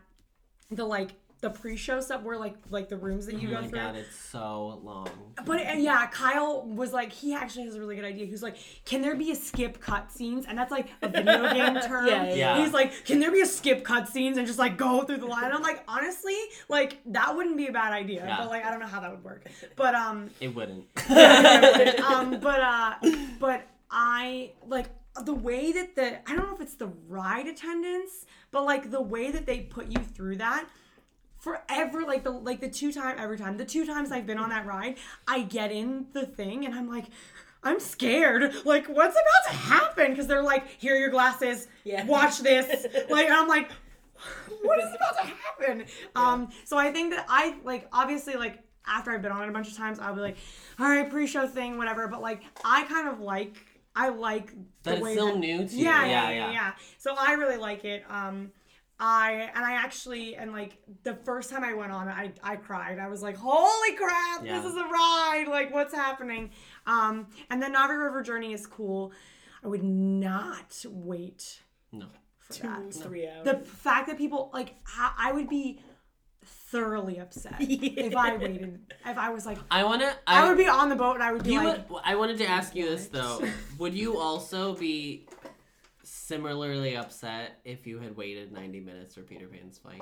[SPEAKER 6] the like the pre-show stuff where like like the rooms that you
[SPEAKER 4] oh
[SPEAKER 6] go
[SPEAKER 4] my
[SPEAKER 6] through.
[SPEAKER 4] God, it's so long.
[SPEAKER 6] But uh, yeah, Kyle was like, he actually has a really good idea. He was like, can there be a skip cutscenes? And that's like a
[SPEAKER 4] <laughs>
[SPEAKER 6] video game term.
[SPEAKER 5] Yeah, yeah,
[SPEAKER 4] yeah.
[SPEAKER 6] He's like, can there be a skip cutscenes and just like go through the line? And I'm like, honestly, like that wouldn't be a bad idea.
[SPEAKER 4] Yeah.
[SPEAKER 6] But like, I don't know how that would work. But um,
[SPEAKER 4] It
[SPEAKER 6] <laughs>
[SPEAKER 4] wouldn't.
[SPEAKER 6] um, but uh, but I like the way that the I don't know if it's the ride attendants, but like the way that they put you through that forever like the like the two time every time the two times I've been on that ride I get in the thing and I'm like I'm scared like what's about to happen because they're like here are your glasses
[SPEAKER 5] Yeah.
[SPEAKER 6] watch this like I'm like what is about to happen um so I think that I like obviously like after I've been on it a bunch of times I'll be like all right pre-show thing whatever but like I kind of like I like
[SPEAKER 4] That it's still new to you. Yeah,
[SPEAKER 6] yeah, yeah, yeah,
[SPEAKER 4] yeah.
[SPEAKER 6] yeah. So I really like it. Um, I and I actually and like the first time I went on it, I I cried. I was like, "Holy crap,
[SPEAKER 4] Yeah.
[SPEAKER 6] this is a ride! Like, what's happening?" Um, and the Navi River Journey is cool. I would not wait
[SPEAKER 4] No.
[SPEAKER 6] for
[SPEAKER 5] Two,
[SPEAKER 6] that.
[SPEAKER 5] three hours.
[SPEAKER 6] The fact that people like, I, I would be
[SPEAKER 4] <laughs>
[SPEAKER 6] thoroughly upset if I waited. If I was like,
[SPEAKER 4] I wanna.
[SPEAKER 6] I, would be on the boat and I would be
[SPEAKER 4] You
[SPEAKER 6] like,
[SPEAKER 4] would, I wanted to ask you this though. would you also be similarly upset if you had waited 90 minutes for Peter Pan's flight?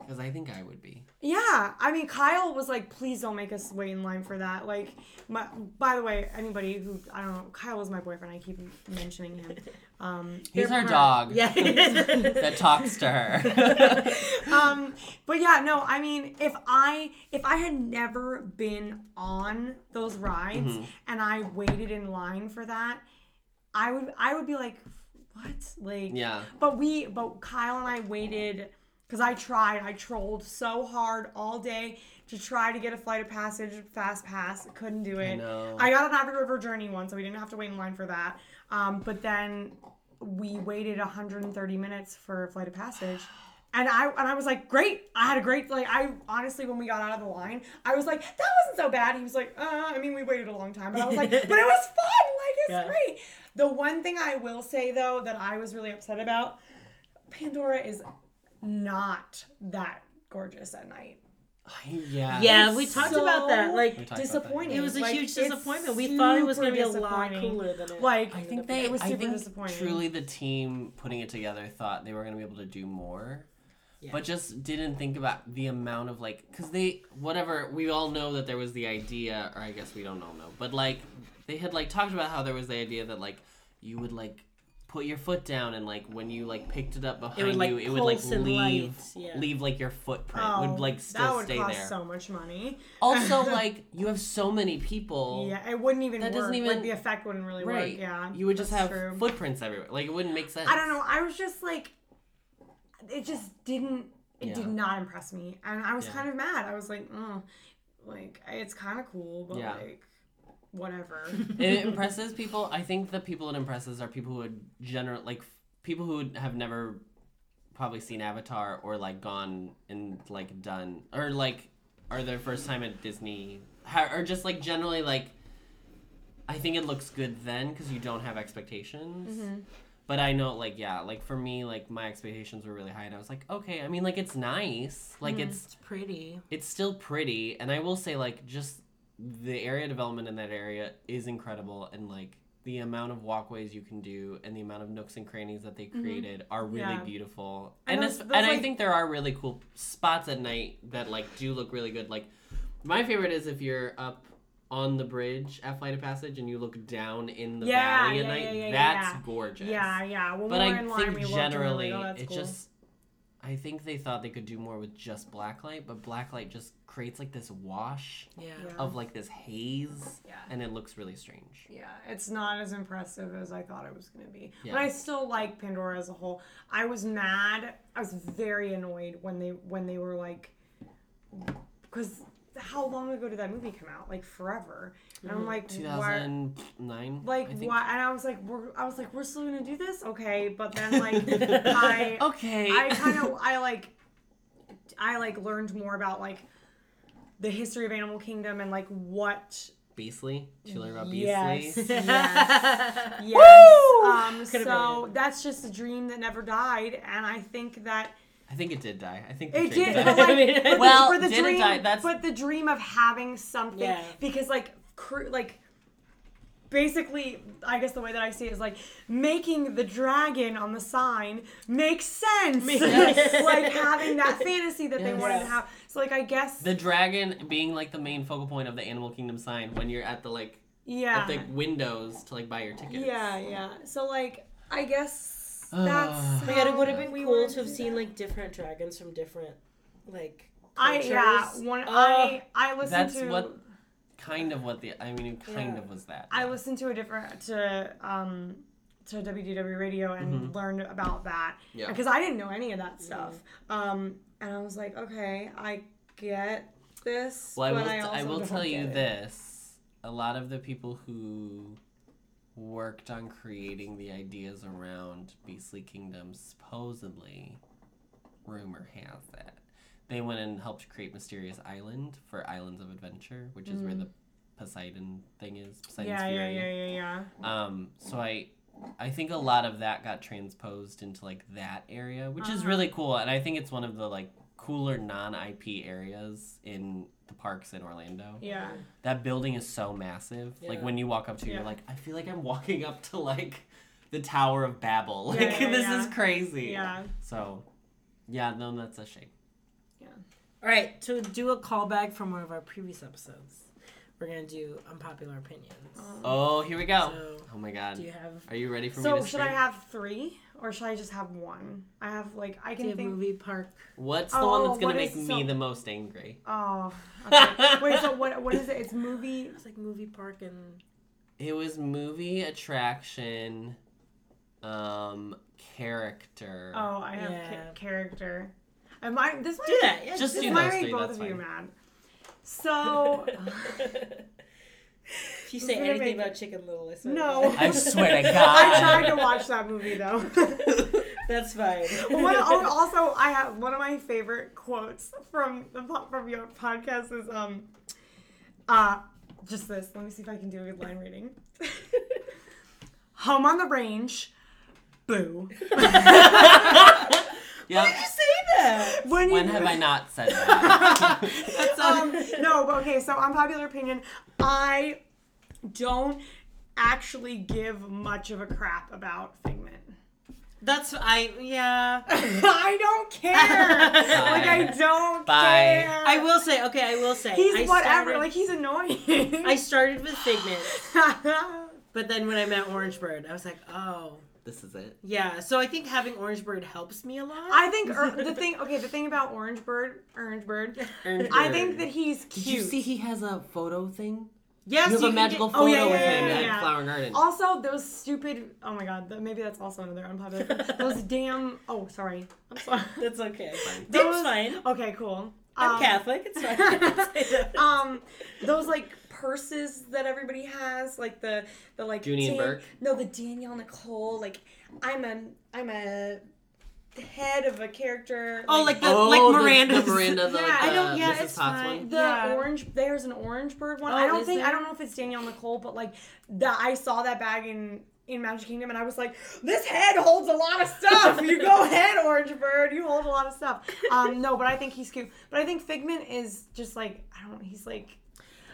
[SPEAKER 4] Because I think I would be.
[SPEAKER 6] Yeah, I mean, Kyle was like, "Please don't make us wait in line for that." Like, my, by the way, anybody who I don't know, Kyle was my boyfriend. I keep mentioning him. Um,
[SPEAKER 4] He's
[SPEAKER 6] they're
[SPEAKER 4] our
[SPEAKER 6] part- <laughs>
[SPEAKER 4] dog
[SPEAKER 5] <laughs> yeah.
[SPEAKER 4] that talks to her. <laughs>
[SPEAKER 6] Um, but yeah, no, I mean, if I if I had never been on those rides
[SPEAKER 4] Mm-hmm.
[SPEAKER 6] and I waited in line for that, I would I would be like, "What?" Like,
[SPEAKER 4] yeah.
[SPEAKER 6] But we, but Kyle and I waited because I tried. I trolled so hard all day to try to get a flight of passage, fast pass. Couldn't do it.
[SPEAKER 4] know.
[SPEAKER 6] I got an Abbey River Journey one, so we didn't have to wait in line for that. Um, but then we waited 130 minutes for a flight of passage. And I and I was like, great! I had a great like. I honestly, when we got out of the line, I was like, that wasn't so bad. He was like, uh, I mean, we waited a long time, but I
[SPEAKER 5] <laughs>
[SPEAKER 6] was like, but it was fun. Like it's
[SPEAKER 5] Yeah.
[SPEAKER 6] great. The one thing I will say though that I was really upset about Pandora is not that gorgeous at night.
[SPEAKER 4] Yeah.
[SPEAKER 5] yeah, we talked
[SPEAKER 6] So
[SPEAKER 5] about that. Like,
[SPEAKER 4] talked about that.
[SPEAKER 6] disappointing.
[SPEAKER 5] it was a
[SPEAKER 6] Like,
[SPEAKER 5] huge
[SPEAKER 6] it's
[SPEAKER 5] disappointment. We thought it was going to be a
[SPEAKER 6] super
[SPEAKER 5] lot
[SPEAKER 6] disappointing.
[SPEAKER 5] cooler than it.
[SPEAKER 6] Like
[SPEAKER 4] I think they.
[SPEAKER 6] it was
[SPEAKER 4] I
[SPEAKER 6] super
[SPEAKER 4] think
[SPEAKER 6] disappointing.
[SPEAKER 4] truly the team putting it together thought they were going to be able to do more, but just didn't think about the amount of like because they whatever we all know that there was the idea, or I guess we don't all know, but like they had like talked about how there was the idea that like you would like put your foot down and like when you like picked it up behind
[SPEAKER 5] like,
[SPEAKER 4] you, it would like
[SPEAKER 5] pulse and
[SPEAKER 4] leave
[SPEAKER 5] light, yeah.
[SPEAKER 4] leave like your footprint
[SPEAKER 6] Oh,
[SPEAKER 4] would like still
[SPEAKER 6] that would
[SPEAKER 4] stay
[SPEAKER 6] cost
[SPEAKER 4] there.
[SPEAKER 6] so much money. <laughs>
[SPEAKER 4] also, like you have so many people.
[SPEAKER 6] Yeah, it wouldn't even
[SPEAKER 4] That
[SPEAKER 6] work.
[SPEAKER 4] doesn't
[SPEAKER 6] like
[SPEAKER 4] even-
[SPEAKER 6] the effect wouldn't really
[SPEAKER 4] Right.
[SPEAKER 6] work. Yeah,
[SPEAKER 4] You would just
[SPEAKER 6] that's
[SPEAKER 4] have
[SPEAKER 6] true.
[SPEAKER 4] footprints everywhere. Like it wouldn't make sense.
[SPEAKER 6] I don't know. I was just like, it just didn't. It did
[SPEAKER 4] Yeah.
[SPEAKER 6] not impress me, and I was
[SPEAKER 4] Yeah.
[SPEAKER 6] kind of mad. I was like, mm, like it's kind of cool, but
[SPEAKER 4] Yeah.
[SPEAKER 6] like whatever.
[SPEAKER 4] it impresses people. I think the people it impresses are people who would general like f- people who would have never probably seen Avatar or like gone and like done or like are their first time at Disney ha- or just like generally like I think it looks good then because you don't have expectations.
[SPEAKER 6] Mm-hmm.
[SPEAKER 4] But I know, like, yeah, like for me, like my expectations were really high, and I was like, okay. I mean, like, it's nice, like,
[SPEAKER 6] Mm-hmm.
[SPEAKER 4] it's
[SPEAKER 5] It's pretty.
[SPEAKER 4] it's still pretty and i will say like just the area development in that area is incredible and like the amount of walkways you can do and the amount of nooks and crannies that they created are really
[SPEAKER 6] Mm-hmm. Yeah.
[SPEAKER 4] beautiful
[SPEAKER 6] And
[SPEAKER 4] and,
[SPEAKER 6] those-
[SPEAKER 4] it's-
[SPEAKER 6] those,
[SPEAKER 4] and i
[SPEAKER 6] like-
[SPEAKER 4] think there are really cool spots at night that like do look really good like my favorite is if you're up on the bridge at flight of passage and you look down in <laughs> the
[SPEAKER 6] Yeah,
[SPEAKER 4] valley at
[SPEAKER 6] yeah,
[SPEAKER 4] night
[SPEAKER 6] yeah, yeah,
[SPEAKER 4] that's
[SPEAKER 6] yeah.
[SPEAKER 4] gorgeous
[SPEAKER 6] Yeah, yeah. Well,
[SPEAKER 4] but
[SPEAKER 6] we were
[SPEAKER 4] I
[SPEAKER 6] in line, we
[SPEAKER 4] think
[SPEAKER 6] looked
[SPEAKER 4] generally
[SPEAKER 6] and we were like, oh, that's
[SPEAKER 4] it
[SPEAKER 6] cool.
[SPEAKER 4] just I think they thought they could do more with just blacklight, but blacklight just creates like this wash
[SPEAKER 5] Yeah.
[SPEAKER 6] Yeah.
[SPEAKER 4] of like this haze
[SPEAKER 6] Yeah.
[SPEAKER 4] and it looks really strange.
[SPEAKER 6] Yeah, it's not as impressive as I thought it was going to be.
[SPEAKER 4] Yeah.
[SPEAKER 6] But I still like Pandora as a whole. I was mad. I was very annoyed when they when they were like cuz how long ago did that movie come out? Like forever. And I'm like why
[SPEAKER 4] 2009
[SPEAKER 6] like
[SPEAKER 4] Mm, I think.
[SPEAKER 6] why and I was like we're I was like we're still going to do this? Okay, but
[SPEAKER 4] <laughs>
[SPEAKER 6] then like I
[SPEAKER 4] Okay.
[SPEAKER 6] I kind of I like I like learned more about like the history of Animal Kingdom and like what
[SPEAKER 4] Beasley, Chiller about
[SPEAKER 6] Yes.
[SPEAKER 4] Beasley.
[SPEAKER 5] <laughs> Yes.
[SPEAKER 6] Yes. Um,
[SPEAKER 5] Could've
[SPEAKER 6] so that's just a dream that never died, and I think that
[SPEAKER 4] I think it did die. I think the
[SPEAKER 6] it
[SPEAKER 4] train
[SPEAKER 6] did.
[SPEAKER 4] died.
[SPEAKER 6] But
[SPEAKER 4] <laughs>
[SPEAKER 6] like,
[SPEAKER 5] <laughs>
[SPEAKER 6] but
[SPEAKER 4] Well,
[SPEAKER 6] the, but the
[SPEAKER 4] did it
[SPEAKER 6] dream,
[SPEAKER 4] die? That's-
[SPEAKER 6] but the dream of having something
[SPEAKER 5] Yeah.
[SPEAKER 6] because like cr- like basically i guess the way that i see it is like making the dragon on the sign make sense <laughs>
[SPEAKER 5] sense.
[SPEAKER 6] like
[SPEAKER 5] <laughs>
[SPEAKER 6] having that fantasy that they wanted to
[SPEAKER 5] Yes.
[SPEAKER 6] have so like i guess
[SPEAKER 4] the dragon being like the main focal point of the Animal Kingdom sign when you're at the like
[SPEAKER 6] yeah
[SPEAKER 4] at the windows to like buy your tickets.
[SPEAKER 6] yeah yeah so like i guess
[SPEAKER 4] Uh,
[SPEAKER 6] that's
[SPEAKER 5] Oh my god, it
[SPEAKER 6] how
[SPEAKER 5] would have been
[SPEAKER 6] we
[SPEAKER 5] cool
[SPEAKER 6] wanted
[SPEAKER 5] to have
[SPEAKER 6] do
[SPEAKER 5] seen
[SPEAKER 6] that.
[SPEAKER 5] like different dragons from different, like.
[SPEAKER 6] I yeah,
[SPEAKER 5] cultures.
[SPEAKER 6] one
[SPEAKER 5] Oh,
[SPEAKER 6] I I listened
[SPEAKER 4] That's
[SPEAKER 6] to
[SPEAKER 4] what kind of what the I mean it kind
[SPEAKER 5] Yeah.
[SPEAKER 4] of was that.
[SPEAKER 6] I listened to a different to um to WDW radio and learned about that
[SPEAKER 4] Mm-hmm. Yeah.
[SPEAKER 6] because I didn't know any of that stuff. Um, and I was like, okay, I get this.
[SPEAKER 4] Well, I
[SPEAKER 6] but
[SPEAKER 4] will,
[SPEAKER 6] I,
[SPEAKER 4] t- I
[SPEAKER 6] also
[SPEAKER 4] will
[SPEAKER 6] don't
[SPEAKER 4] tell you
[SPEAKER 6] get it.
[SPEAKER 4] this. A lot of the people who worked on creating the ideas around Beastly Kingdom supposedly rumor has it. They went and helped create Mysterious Island for Islands of Adventure, which is where the Poseidon thing is. Poseidon's
[SPEAKER 6] Hmm. Yeah, yeah,
[SPEAKER 4] Fury.
[SPEAKER 6] yeah, yeah, yeah.
[SPEAKER 4] Um, so I I think a lot of that got transposed into like that area, which is
[SPEAKER 6] Uh-huh.
[SPEAKER 4] really cool, and I think it's one of the like cooler non IP areas in the parks in Orlando.
[SPEAKER 6] Yeah.
[SPEAKER 4] That building is so massive. Like
[SPEAKER 5] Yeah.
[SPEAKER 4] when you walk up to it,
[SPEAKER 6] Yeah.
[SPEAKER 4] you're like, I feel like I'm walking up to like the Tower of Babel. <laughs> Like
[SPEAKER 6] Yeah, yeah,
[SPEAKER 4] this
[SPEAKER 6] yeah.
[SPEAKER 4] is crazy.
[SPEAKER 6] Yeah.
[SPEAKER 4] So yeah, no, that's a shame.
[SPEAKER 5] All right, to do a callback from one of our previous episodes, we're gonna do unpopular opinions.
[SPEAKER 4] Oh, here we go.
[SPEAKER 5] So,
[SPEAKER 4] oh my god.
[SPEAKER 5] do you have
[SPEAKER 4] Are you ready for me
[SPEAKER 6] So
[SPEAKER 4] to
[SPEAKER 6] should I
[SPEAKER 4] scream?
[SPEAKER 6] have three or should I just have one? I have like
[SPEAKER 5] do
[SPEAKER 6] I
[SPEAKER 5] you
[SPEAKER 6] can
[SPEAKER 5] have
[SPEAKER 6] think.
[SPEAKER 5] movie park?
[SPEAKER 4] What's the one
[SPEAKER 6] Oh,
[SPEAKER 4] that's gonna
[SPEAKER 6] what
[SPEAKER 4] make
[SPEAKER 6] is
[SPEAKER 4] me
[SPEAKER 6] so-
[SPEAKER 4] the most angry? <laughs>
[SPEAKER 6] Oh. Okay. Wait. So what? What is it? It's movie.
[SPEAKER 5] It's like movie park and
[SPEAKER 4] It was movie attraction, um, character.
[SPEAKER 6] Oh, I have ca-
[SPEAKER 5] Yeah.
[SPEAKER 6] character. Am I? This might
[SPEAKER 5] do that. Yeah,
[SPEAKER 4] Just
[SPEAKER 5] do
[SPEAKER 4] do
[SPEAKER 5] that.
[SPEAKER 6] This might
[SPEAKER 4] those
[SPEAKER 6] make
[SPEAKER 4] three,
[SPEAKER 6] both
[SPEAKER 4] that's
[SPEAKER 6] of you
[SPEAKER 4] fine.
[SPEAKER 6] mad.
[SPEAKER 4] <laughs>
[SPEAKER 6] So
[SPEAKER 5] If you say
[SPEAKER 6] We're gonna
[SPEAKER 5] anything
[SPEAKER 6] make
[SPEAKER 5] about Chicken Little, I swear to
[SPEAKER 6] no.
[SPEAKER 4] I swear
[SPEAKER 5] <laughs>
[SPEAKER 4] to
[SPEAKER 6] I
[SPEAKER 4] God.
[SPEAKER 6] tried to
[SPEAKER 4] <laughs>
[SPEAKER 6] watch that movie though. <laughs>
[SPEAKER 5] That's fine. <laughs>
[SPEAKER 6] One, <laughs> oh, also, I have one of my favorite quotes from the po- from your podcast is um, uh, just this. Let me see if I can do a good line reading. Home on the range, boo.
[SPEAKER 4] Yep.
[SPEAKER 5] say that.
[SPEAKER 6] When,
[SPEAKER 4] When
[SPEAKER 6] you,
[SPEAKER 4] have I not said
[SPEAKER 5] <laughs>
[SPEAKER 4] that?
[SPEAKER 6] <laughs> um, no, but okay. So, unpopular opinion. I don't actually give much of a crap about Figment. <laughs>
[SPEAKER 5] That's I yeah.
[SPEAKER 6] I don't care. like I don't
[SPEAKER 4] Bye.
[SPEAKER 6] care.
[SPEAKER 5] I will say okay. I will say
[SPEAKER 6] He's
[SPEAKER 5] I
[SPEAKER 6] whatever.
[SPEAKER 5] started-
[SPEAKER 6] Like he's annoying. <laughs>
[SPEAKER 5] I started with Figment, but then when I met Orange Bird, I was like, oh
[SPEAKER 4] this is it.
[SPEAKER 5] yeah. So I think having Orange Bird helps me a lot.
[SPEAKER 6] I think er, the thing. Okay, the thing about Orange Bird, Orange Bird.
[SPEAKER 4] Orange
[SPEAKER 6] I
[SPEAKER 4] Bird.
[SPEAKER 6] think that he's cute.
[SPEAKER 4] Did you see he has a photo thing?
[SPEAKER 5] <laughs> yes,
[SPEAKER 4] You have a
[SPEAKER 5] can
[SPEAKER 4] magical
[SPEAKER 5] get-
[SPEAKER 4] photo
[SPEAKER 5] oh, yeah,
[SPEAKER 4] with
[SPEAKER 5] yeah,
[SPEAKER 4] him
[SPEAKER 5] yeah,
[SPEAKER 4] at
[SPEAKER 5] yeah.
[SPEAKER 6] yeah.
[SPEAKER 4] Flower Garden.
[SPEAKER 6] Also, those stupid. Oh my God, that, maybe that's also another unpopular.
[SPEAKER 4] <laughs>
[SPEAKER 6] those damn. Oh, sorry. I'm sorry.
[SPEAKER 5] That's okay. That's
[SPEAKER 6] Those-
[SPEAKER 5] fine.
[SPEAKER 6] Okay, cool.
[SPEAKER 5] I'm
[SPEAKER 6] Um,
[SPEAKER 5] Catholic. It's
[SPEAKER 6] <laughs>
[SPEAKER 5] fine. I can say that.
[SPEAKER 6] um, those like purses that everybody has, like the the like
[SPEAKER 4] Junie and Burke?
[SPEAKER 6] No, the Danielle Nicole. Like I'm a I'm a head of a character.
[SPEAKER 5] oh, like the
[SPEAKER 4] oh,
[SPEAKER 5] like
[SPEAKER 4] the-
[SPEAKER 5] Miranda's.
[SPEAKER 4] The <laughs> Miranda, the,
[SPEAKER 6] Yeah,
[SPEAKER 4] like,
[SPEAKER 6] I
[SPEAKER 5] don't-
[SPEAKER 4] uh,
[SPEAKER 5] yeah,
[SPEAKER 4] Mrs.
[SPEAKER 5] it's
[SPEAKER 4] Potts
[SPEAKER 5] fine.
[SPEAKER 4] one.
[SPEAKER 6] The
[SPEAKER 5] Yeah.
[SPEAKER 6] orange, there's an orange bird one.
[SPEAKER 5] Oh,
[SPEAKER 6] I don't
[SPEAKER 5] is
[SPEAKER 6] think I
[SPEAKER 5] there?
[SPEAKER 6] don't know if it's Danielle Nicole, but like the I saw that bag in in Magic Kingdom, and I was like, this head holds a lot of stuff. you
[SPEAKER 5] <laughs>
[SPEAKER 6] go ahead, orange bird, you hold a lot of stuff. Um, no, but I think he's cute. But I think Figment is just like I don't. He's like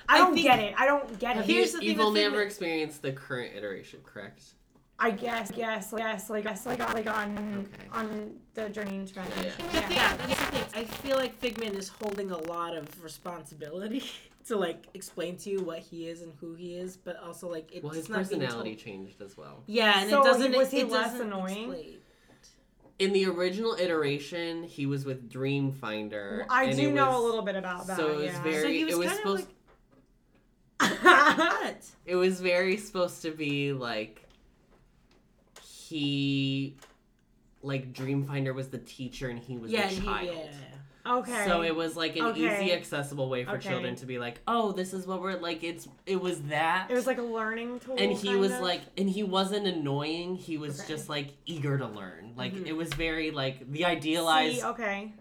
[SPEAKER 6] I
[SPEAKER 5] I
[SPEAKER 6] don't
[SPEAKER 5] think-
[SPEAKER 6] get it. I don't get it.
[SPEAKER 5] Here's the thing
[SPEAKER 4] Evil
[SPEAKER 5] with Figment-
[SPEAKER 4] never experienced the current iteration, correct?
[SPEAKER 6] I guess yes, yes, like yes, like like on
[SPEAKER 4] Okay.
[SPEAKER 6] on the journey into Magic.
[SPEAKER 4] Yeah.
[SPEAKER 5] The thing- that's the thing. I feel like Figment is holding a lot of responsibility <laughs> to like explain to you what he is and who he is, but also like it's
[SPEAKER 4] Well, his
[SPEAKER 5] not being
[SPEAKER 4] personality
[SPEAKER 5] told.
[SPEAKER 4] changed as well.
[SPEAKER 5] Yeah, and
[SPEAKER 6] So,
[SPEAKER 5] it doesn't.
[SPEAKER 6] was he
[SPEAKER 5] it
[SPEAKER 6] less
[SPEAKER 5] doesn't
[SPEAKER 6] annoying?
[SPEAKER 5] explain.
[SPEAKER 4] In the original iteration, he was with Dreamfinder.
[SPEAKER 6] I
[SPEAKER 4] and
[SPEAKER 6] do
[SPEAKER 4] it
[SPEAKER 6] know
[SPEAKER 4] was-
[SPEAKER 6] a little bit about that.
[SPEAKER 4] So it was
[SPEAKER 6] yeah.
[SPEAKER 4] very.
[SPEAKER 5] So he was
[SPEAKER 4] it was
[SPEAKER 5] kind of
[SPEAKER 4] supposed.
[SPEAKER 5] like- <laughs>
[SPEAKER 6] yeah,
[SPEAKER 5] What?
[SPEAKER 4] it was very supposed to be like he like dreamfinder was the teacher and he was
[SPEAKER 5] Yeah,
[SPEAKER 4] the
[SPEAKER 5] and he-
[SPEAKER 4] child
[SPEAKER 5] yeah.
[SPEAKER 6] okay.
[SPEAKER 4] so it was like an
[SPEAKER 6] Okay.
[SPEAKER 4] easy accessible way for
[SPEAKER 6] Okay.
[SPEAKER 4] children to be like oh this is what we're like it's it was that
[SPEAKER 6] It was like a learning tool.
[SPEAKER 4] and he
[SPEAKER 6] kind
[SPEAKER 4] was
[SPEAKER 6] of.
[SPEAKER 4] like and he wasn't annoying he was
[SPEAKER 6] Okay. Mm-hmm.
[SPEAKER 4] just like eager to learn like it was very like the idealized
[SPEAKER 6] See, okay.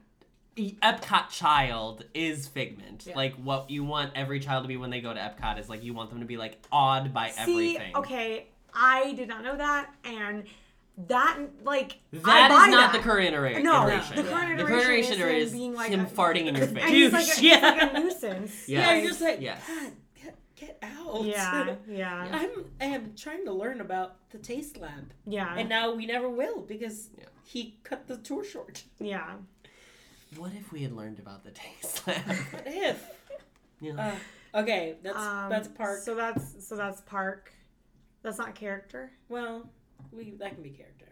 [SPEAKER 4] E- Epcot child is Figment.
[SPEAKER 5] Yeah.
[SPEAKER 4] Like what you want every child to be when they go to Epcot is like you want them to be like awed by
[SPEAKER 6] See,
[SPEAKER 4] everything.
[SPEAKER 6] okay. I did not know that, and that like
[SPEAKER 4] That
[SPEAKER 6] I
[SPEAKER 4] is
[SPEAKER 6] buy
[SPEAKER 4] not
[SPEAKER 6] that.
[SPEAKER 4] the current iteration.
[SPEAKER 6] No,
[SPEAKER 4] iteration.
[SPEAKER 6] the current
[SPEAKER 4] The
[SPEAKER 6] iteration is him
[SPEAKER 4] iteration
[SPEAKER 6] being like
[SPEAKER 4] him
[SPEAKER 6] a-
[SPEAKER 4] farting in your face.
[SPEAKER 6] <laughs>
[SPEAKER 4] <laughs>
[SPEAKER 6] And he's like, a,
[SPEAKER 5] Douche,
[SPEAKER 6] he's
[SPEAKER 5] yeah.
[SPEAKER 6] like a nuisance.
[SPEAKER 4] Yeah.
[SPEAKER 5] Yeah, you're just like
[SPEAKER 4] Yes.
[SPEAKER 5] God, get, get out.
[SPEAKER 6] Yeah,
[SPEAKER 4] <laughs>
[SPEAKER 6] yeah,
[SPEAKER 5] <laughs>
[SPEAKER 6] Uh-huh.
[SPEAKER 5] I'm I am trying to learn about the taste lab,
[SPEAKER 6] yeah,
[SPEAKER 5] and now we never will because
[SPEAKER 4] Yeah.
[SPEAKER 5] he cut the tour short. <laughs>
[SPEAKER 6] yeah.
[SPEAKER 4] what if we had learned about the taste <laughs> lab?
[SPEAKER 5] What if?
[SPEAKER 4] You know,
[SPEAKER 5] Uh, okay, that's
[SPEAKER 6] Um,
[SPEAKER 5] that's part.
[SPEAKER 6] So that's so that's park. That's not character.
[SPEAKER 5] well, we that can be character.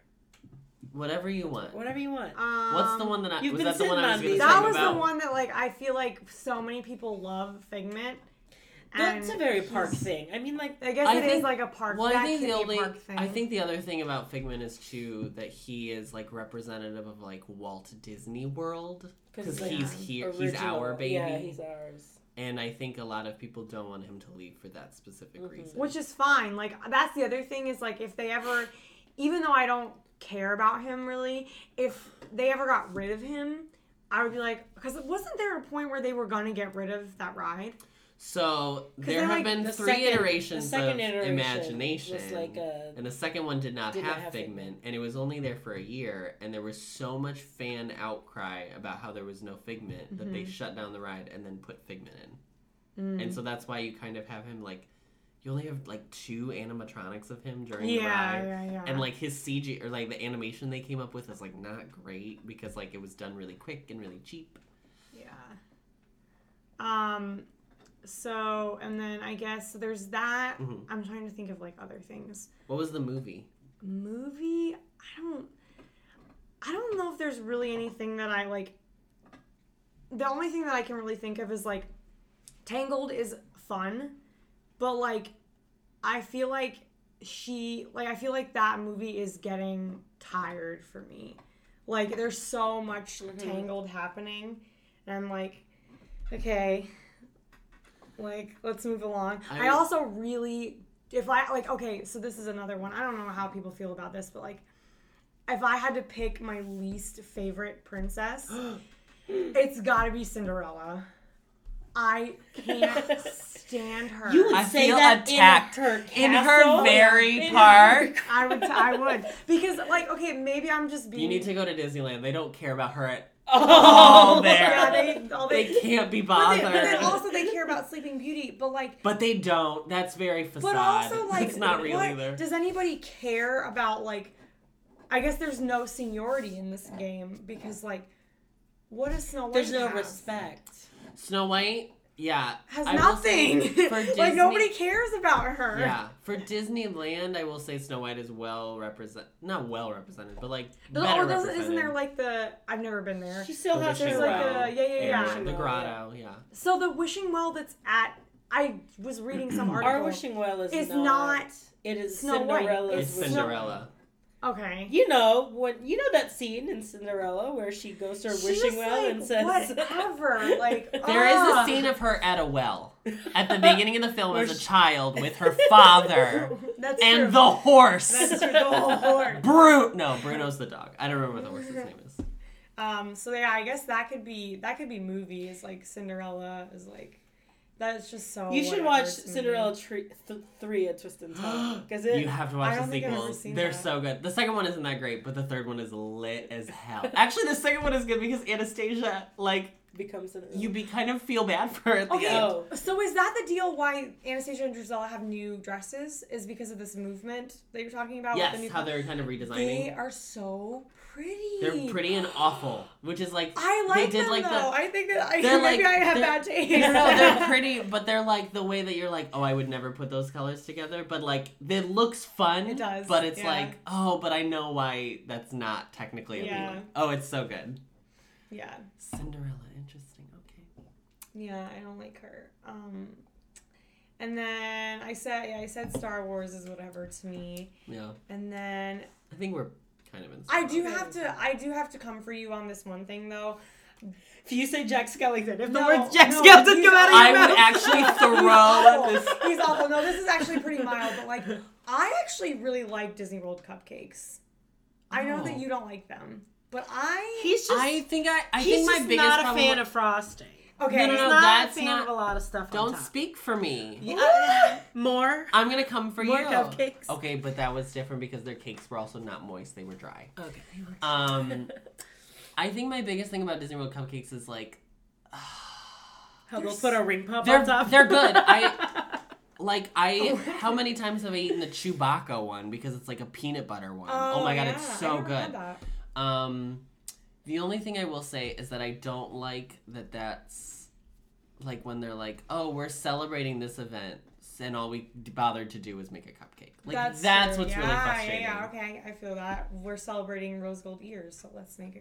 [SPEAKER 4] whatever you want.
[SPEAKER 5] Whatever you want.
[SPEAKER 6] Um,
[SPEAKER 4] What's the one that I
[SPEAKER 5] you've
[SPEAKER 4] was
[SPEAKER 5] been
[SPEAKER 4] that the one
[SPEAKER 5] sitting
[SPEAKER 4] I was
[SPEAKER 5] on
[SPEAKER 4] gonna
[SPEAKER 5] these.
[SPEAKER 4] say
[SPEAKER 6] That was
[SPEAKER 4] about?
[SPEAKER 6] the one that like I feel like so many people love Figment.
[SPEAKER 5] That's a
[SPEAKER 6] and
[SPEAKER 5] very park thing. I mean, like,
[SPEAKER 6] I guess
[SPEAKER 4] I
[SPEAKER 6] it is
[SPEAKER 4] think-
[SPEAKER 6] like a park.
[SPEAKER 4] Well,
[SPEAKER 6] that
[SPEAKER 4] I think
[SPEAKER 6] could
[SPEAKER 4] the
[SPEAKER 6] be a
[SPEAKER 4] only
[SPEAKER 6] park thing.
[SPEAKER 4] I think the other thing about Figment is too that he is like representative of like Walt Disney World because
[SPEAKER 5] like,
[SPEAKER 4] he's here, he's
[SPEAKER 5] original-
[SPEAKER 4] our baby,
[SPEAKER 5] Yeah, he's
[SPEAKER 4] <laughs>
[SPEAKER 5] ours.
[SPEAKER 4] and I think a lot of people don't want him to leave for that
[SPEAKER 6] Mm-hmm.
[SPEAKER 4] specific reason.
[SPEAKER 6] which is fine. Like that's the other thing is like if they ever, even though I don't care about him really. If they ever got rid of him, I would be like, because wasn't there a point where they were gonna get rid of that ride?
[SPEAKER 4] So there
[SPEAKER 6] they're
[SPEAKER 4] have
[SPEAKER 6] like-
[SPEAKER 4] been
[SPEAKER 5] the
[SPEAKER 4] three
[SPEAKER 5] second- the
[SPEAKER 4] iterations
[SPEAKER 5] second
[SPEAKER 4] of
[SPEAKER 5] iteration
[SPEAKER 4] imagination,
[SPEAKER 5] was like a-
[SPEAKER 4] and the second one did not
[SPEAKER 5] did not
[SPEAKER 4] have,
[SPEAKER 5] have
[SPEAKER 4] figment,
[SPEAKER 5] Figment.
[SPEAKER 4] and it was only there for a year. And there was so much fan outcry about how there was no figment that they
[SPEAKER 5] Mm-hmm.
[SPEAKER 4] shut down the ride and then put figment in. And so that's why you kind of have him like, you only have like two animatronics of him during the
[SPEAKER 6] Yeah,
[SPEAKER 4] ride.
[SPEAKER 6] yeah, yeah.
[SPEAKER 4] And like his CG or like the animation they came up with is like not great because like it was done really quick and really cheap.
[SPEAKER 6] Yeah. Um so and then I guess there's that.
[SPEAKER 4] Mhm.
[SPEAKER 6] I'm trying to think of like other things.
[SPEAKER 4] What was the movie?
[SPEAKER 6] Movie, I don't I don't know if there's really anything that I like the only thing that I can really think of is like Tangled is fun, but like I feel like she like I feel like that movie is getting tired for me. Like there's so much Tangled happening and I'm like okay like let's move along.
[SPEAKER 4] I-
[SPEAKER 6] I also really if I like okay, so this is another one. I don't know how people feel about this, but like if I had to pick my least favorite princess,
[SPEAKER 5] <gasps>
[SPEAKER 6] it's got to be Cinderella. I can't stand her.
[SPEAKER 5] You would
[SPEAKER 4] I
[SPEAKER 5] say
[SPEAKER 4] feel
[SPEAKER 5] that
[SPEAKER 4] attacked.
[SPEAKER 5] in her
[SPEAKER 4] In
[SPEAKER 5] castle?
[SPEAKER 4] her very
[SPEAKER 5] In her-
[SPEAKER 4] park.
[SPEAKER 6] I would. I would because like okay, maybe I'm just being.
[SPEAKER 4] You need to go to Disneyland. They don't care about her at
[SPEAKER 5] Oh,
[SPEAKER 4] all there.
[SPEAKER 6] Yeah, they, all they,
[SPEAKER 4] they can't be
[SPEAKER 6] but,
[SPEAKER 4] bothered.
[SPEAKER 6] they, but then also they care about Sleeping Beauty, but like.
[SPEAKER 4] don't. That's very facade.
[SPEAKER 6] But also like,
[SPEAKER 4] it's not real
[SPEAKER 6] what-
[SPEAKER 4] either.
[SPEAKER 6] Does anybody care about like? I guess there's no seniority in this game because like, what does Snow White?
[SPEAKER 5] There's no
[SPEAKER 6] have?
[SPEAKER 5] respect.
[SPEAKER 4] Snow White, yeah,
[SPEAKER 6] Has
[SPEAKER 4] I will say
[SPEAKER 6] nothing. <laughs>
[SPEAKER 4] for
[SPEAKER 6] like
[SPEAKER 4] Disney-
[SPEAKER 6] nobody cares about her.
[SPEAKER 4] Yeah, for Disneyland, I will say Snow White is well represent, not well represented, but like
[SPEAKER 6] No,
[SPEAKER 4] better
[SPEAKER 6] or doesn't-
[SPEAKER 4] represented.
[SPEAKER 6] oh, isn't there like the? I've never been there.
[SPEAKER 5] She still
[SPEAKER 4] The
[SPEAKER 5] has
[SPEAKER 4] wishing
[SPEAKER 5] her um,
[SPEAKER 6] There's like
[SPEAKER 4] well.
[SPEAKER 5] well.
[SPEAKER 6] a yeah yeah yeah.
[SPEAKER 4] Area, the
[SPEAKER 5] Yeah.
[SPEAKER 4] grotto, yeah.
[SPEAKER 6] So the wishing well that's at I was
[SPEAKER 4] <clears throat>
[SPEAKER 6] reading some article.
[SPEAKER 5] Our wishing well is
[SPEAKER 6] It's
[SPEAKER 5] not,
[SPEAKER 6] not
[SPEAKER 5] It is
[SPEAKER 6] Snow White.
[SPEAKER 5] Cinderella's
[SPEAKER 4] It's
[SPEAKER 6] It's
[SPEAKER 5] wishing
[SPEAKER 4] Cinderella.
[SPEAKER 6] okay.
[SPEAKER 5] You know when you know that scene in Cinderella where she goes to her
[SPEAKER 6] She
[SPEAKER 5] wishing
[SPEAKER 6] was
[SPEAKER 5] well
[SPEAKER 6] like,
[SPEAKER 5] and says,
[SPEAKER 4] <laughs>
[SPEAKER 6] "Whatever," like,
[SPEAKER 4] There is a
[SPEAKER 6] Ugh.
[SPEAKER 4] scene of her at a well at
[SPEAKER 6] <laughs>
[SPEAKER 4] the beginning of the film
[SPEAKER 5] Where
[SPEAKER 4] as a
[SPEAKER 5] she-
[SPEAKER 4] child with her father
[SPEAKER 6] That's true. <laughs>
[SPEAKER 4] and the horse.
[SPEAKER 5] That's true, the whole horse.
[SPEAKER 4] Bruno. No, Bruno's the dog. I don't remember what the horse's name is.
[SPEAKER 6] Um. So yeah, I guess that could be that could be movies like Cinderella is like that's just so.
[SPEAKER 5] <laughs> You should
[SPEAKER 6] whatever,
[SPEAKER 5] watch
[SPEAKER 6] it's movie.
[SPEAKER 5] Cinderella tre- th- three at Twist and
[SPEAKER 4] <gasps>
[SPEAKER 5] Turn because it.
[SPEAKER 4] You have to
[SPEAKER 6] I
[SPEAKER 4] watch the
[SPEAKER 6] don't think I've ever
[SPEAKER 4] sequels.
[SPEAKER 6] seen
[SPEAKER 4] They're
[SPEAKER 6] that.
[SPEAKER 4] so good. The second one isn't that great, but the third one is lit as hell. Actually, the second one is good because Anastasia, like,
[SPEAKER 5] become Cinderella.
[SPEAKER 4] you be kind of feel bad for her at the
[SPEAKER 6] Okay,
[SPEAKER 4] end.
[SPEAKER 5] Oh.
[SPEAKER 6] so is that the deal why Anastasia and Drusilla have new dresses? Is because of this movement that you're talking about? with the
[SPEAKER 4] Yes,
[SPEAKER 6] new
[SPEAKER 4] how they're kind of
[SPEAKER 6] They
[SPEAKER 4] redesigning.
[SPEAKER 6] are so pretty.
[SPEAKER 4] They're pretty and awful, which is like
[SPEAKER 6] I like
[SPEAKER 4] they did
[SPEAKER 6] them
[SPEAKER 4] like
[SPEAKER 6] though.
[SPEAKER 4] the.
[SPEAKER 6] I think that I, <laughs>
[SPEAKER 4] They're
[SPEAKER 6] maybe
[SPEAKER 4] like-
[SPEAKER 6] I have
[SPEAKER 4] they're-
[SPEAKER 6] bad taste.
[SPEAKER 4] No, no,
[SPEAKER 5] <laughs>
[SPEAKER 6] <laughs>
[SPEAKER 4] they're pretty, but they're like the way that you're like, oh, I would never put those colors together. But like, it looks fun.
[SPEAKER 6] It does,
[SPEAKER 4] But it's
[SPEAKER 6] yeah.
[SPEAKER 4] like, oh, but I know why that's not technically a
[SPEAKER 6] Yeah.
[SPEAKER 4] feeling. Oh, it's so good.
[SPEAKER 6] yeah,
[SPEAKER 4] Cinderella, interesting. Okay.
[SPEAKER 6] yeah, I don't like her. Um, and then I said, yeah, I said Star Wars is whatever to me.
[SPEAKER 4] Yeah,
[SPEAKER 6] And then
[SPEAKER 4] I think we're kind of in.
[SPEAKER 6] I do have to, I do have to come for you on this one thing though.
[SPEAKER 5] if you say Jack Skellington, if
[SPEAKER 6] No,
[SPEAKER 5] the words Jack
[SPEAKER 6] no,
[SPEAKER 5] Skellington
[SPEAKER 6] he's
[SPEAKER 5] come out of your
[SPEAKER 4] I
[SPEAKER 5] mouth,
[SPEAKER 4] would
[SPEAKER 5] <laughs>
[SPEAKER 4] actually <laughs>
[SPEAKER 6] awful.
[SPEAKER 4] throw this.
[SPEAKER 6] He's awful. No, this is actually pretty mild, but like, I actually really like Disney World cupcakes. I know
[SPEAKER 4] Oh.
[SPEAKER 6] that you don't like them, but I
[SPEAKER 5] he's just
[SPEAKER 4] I think I. I
[SPEAKER 5] he's
[SPEAKER 4] think my
[SPEAKER 5] just
[SPEAKER 4] biggest
[SPEAKER 5] not a
[SPEAKER 4] problem
[SPEAKER 5] fan
[SPEAKER 4] wa-
[SPEAKER 5] of frosting.
[SPEAKER 6] okay.
[SPEAKER 4] No, no, no.
[SPEAKER 5] He's not
[SPEAKER 4] that's
[SPEAKER 5] a fan
[SPEAKER 4] not-
[SPEAKER 5] of a lot of stuff. on
[SPEAKER 4] Don't
[SPEAKER 5] top. <laughs>
[SPEAKER 4] speak for me.
[SPEAKER 5] Yeah, more.
[SPEAKER 4] I'm gonna come for
[SPEAKER 5] More
[SPEAKER 4] you.
[SPEAKER 5] cupcakes.
[SPEAKER 4] Okay, but that was different because their cakes were also not moist; they were dry.
[SPEAKER 5] Okay. <laughs>
[SPEAKER 4] Um, I think my biggest thing about Disney World cupcakes is like
[SPEAKER 5] How they'll put a ring pop
[SPEAKER 4] they're
[SPEAKER 5] on top.
[SPEAKER 4] they're good.
[SPEAKER 6] <laughs>
[SPEAKER 4] I like
[SPEAKER 6] Oh,
[SPEAKER 4] I. How many times have I eaten the Chewbacca one because it's like a peanut butter one? Oh, my god,
[SPEAKER 6] yeah,
[SPEAKER 4] it's
[SPEAKER 6] I
[SPEAKER 4] so
[SPEAKER 6] never had
[SPEAKER 4] good.
[SPEAKER 6] that.
[SPEAKER 4] Um, the only thing I will say is that I don't like that that's like when they're like, oh, we're celebrating this event, and all we d- bothered to do was make a cupcake. Like that's,
[SPEAKER 6] true.
[SPEAKER 4] what's
[SPEAKER 6] yeah,
[SPEAKER 4] really frustrating. Yeah,
[SPEAKER 6] Yeah, yeah, okay, I feel that. We're celebrating rose gold ears, so let's make a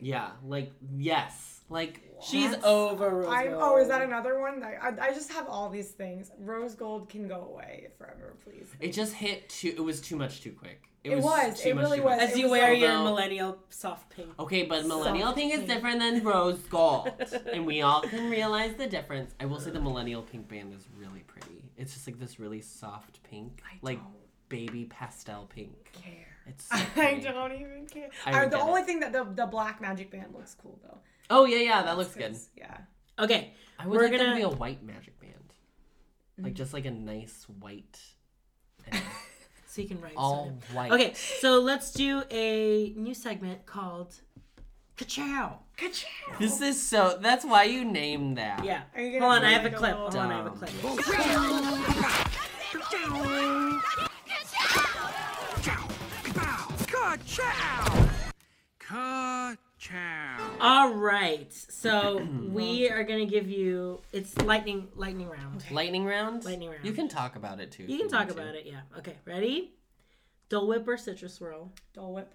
[SPEAKER 6] cupcake.
[SPEAKER 4] like yes, like
[SPEAKER 5] <laughs> She's
[SPEAKER 4] that's-
[SPEAKER 5] over. Rose
[SPEAKER 6] I
[SPEAKER 5] Gold.
[SPEAKER 6] oh, is that another one? I, I, I just have all these things. Rose gold can go away forever, please. <laughs>
[SPEAKER 4] It just hit too. It was too much too quick.
[SPEAKER 6] It was, it really
[SPEAKER 4] too
[SPEAKER 6] was.
[SPEAKER 5] As
[SPEAKER 6] It
[SPEAKER 5] you wear your
[SPEAKER 4] although-
[SPEAKER 5] millennial soft pink.
[SPEAKER 4] Okay, but millennial pink is
[SPEAKER 5] pink.
[SPEAKER 4] different than rose <laughs> gold, and we all can realize the difference. I will say the millennial pink band is really pretty. It's just like this really soft pink,
[SPEAKER 6] I
[SPEAKER 4] like
[SPEAKER 6] don't
[SPEAKER 4] baby pastel pink.
[SPEAKER 6] care.
[SPEAKER 4] <laughs> It's so
[SPEAKER 6] I
[SPEAKER 4] pretty.
[SPEAKER 6] don't even care.
[SPEAKER 4] I
[SPEAKER 6] Uh,
[SPEAKER 4] would
[SPEAKER 6] the
[SPEAKER 4] get
[SPEAKER 6] only thing that the the black magic band looks cool though.
[SPEAKER 4] Oh yeah, yeah, that looks good.
[SPEAKER 6] 'Cause, Yeah.
[SPEAKER 5] Okay.
[SPEAKER 4] I would
[SPEAKER 5] We're
[SPEAKER 4] like there to
[SPEAKER 5] gonna-
[SPEAKER 4] be a white magic band, like just like a nice white, and
[SPEAKER 5] So you can write.
[SPEAKER 4] all
[SPEAKER 5] some.
[SPEAKER 4] white.
[SPEAKER 5] Okay, so let's do a new segment called Kachow.
[SPEAKER 4] This is so. That's why you named that.
[SPEAKER 5] Yeah.
[SPEAKER 6] Are you gonna
[SPEAKER 5] Hold on, I
[SPEAKER 6] do
[SPEAKER 5] have a
[SPEAKER 6] like a
[SPEAKER 5] clip.
[SPEAKER 6] little-
[SPEAKER 5] Hold on, I have a clip. All right. So we are gonna give you it's lightning lightning round.
[SPEAKER 4] Lightning round.
[SPEAKER 5] Lightning round.
[SPEAKER 4] You can talk about it too.
[SPEAKER 5] You can talk about it, yeah. Okay, ready? Dole whip or citrus swirl.
[SPEAKER 6] Dole Whip.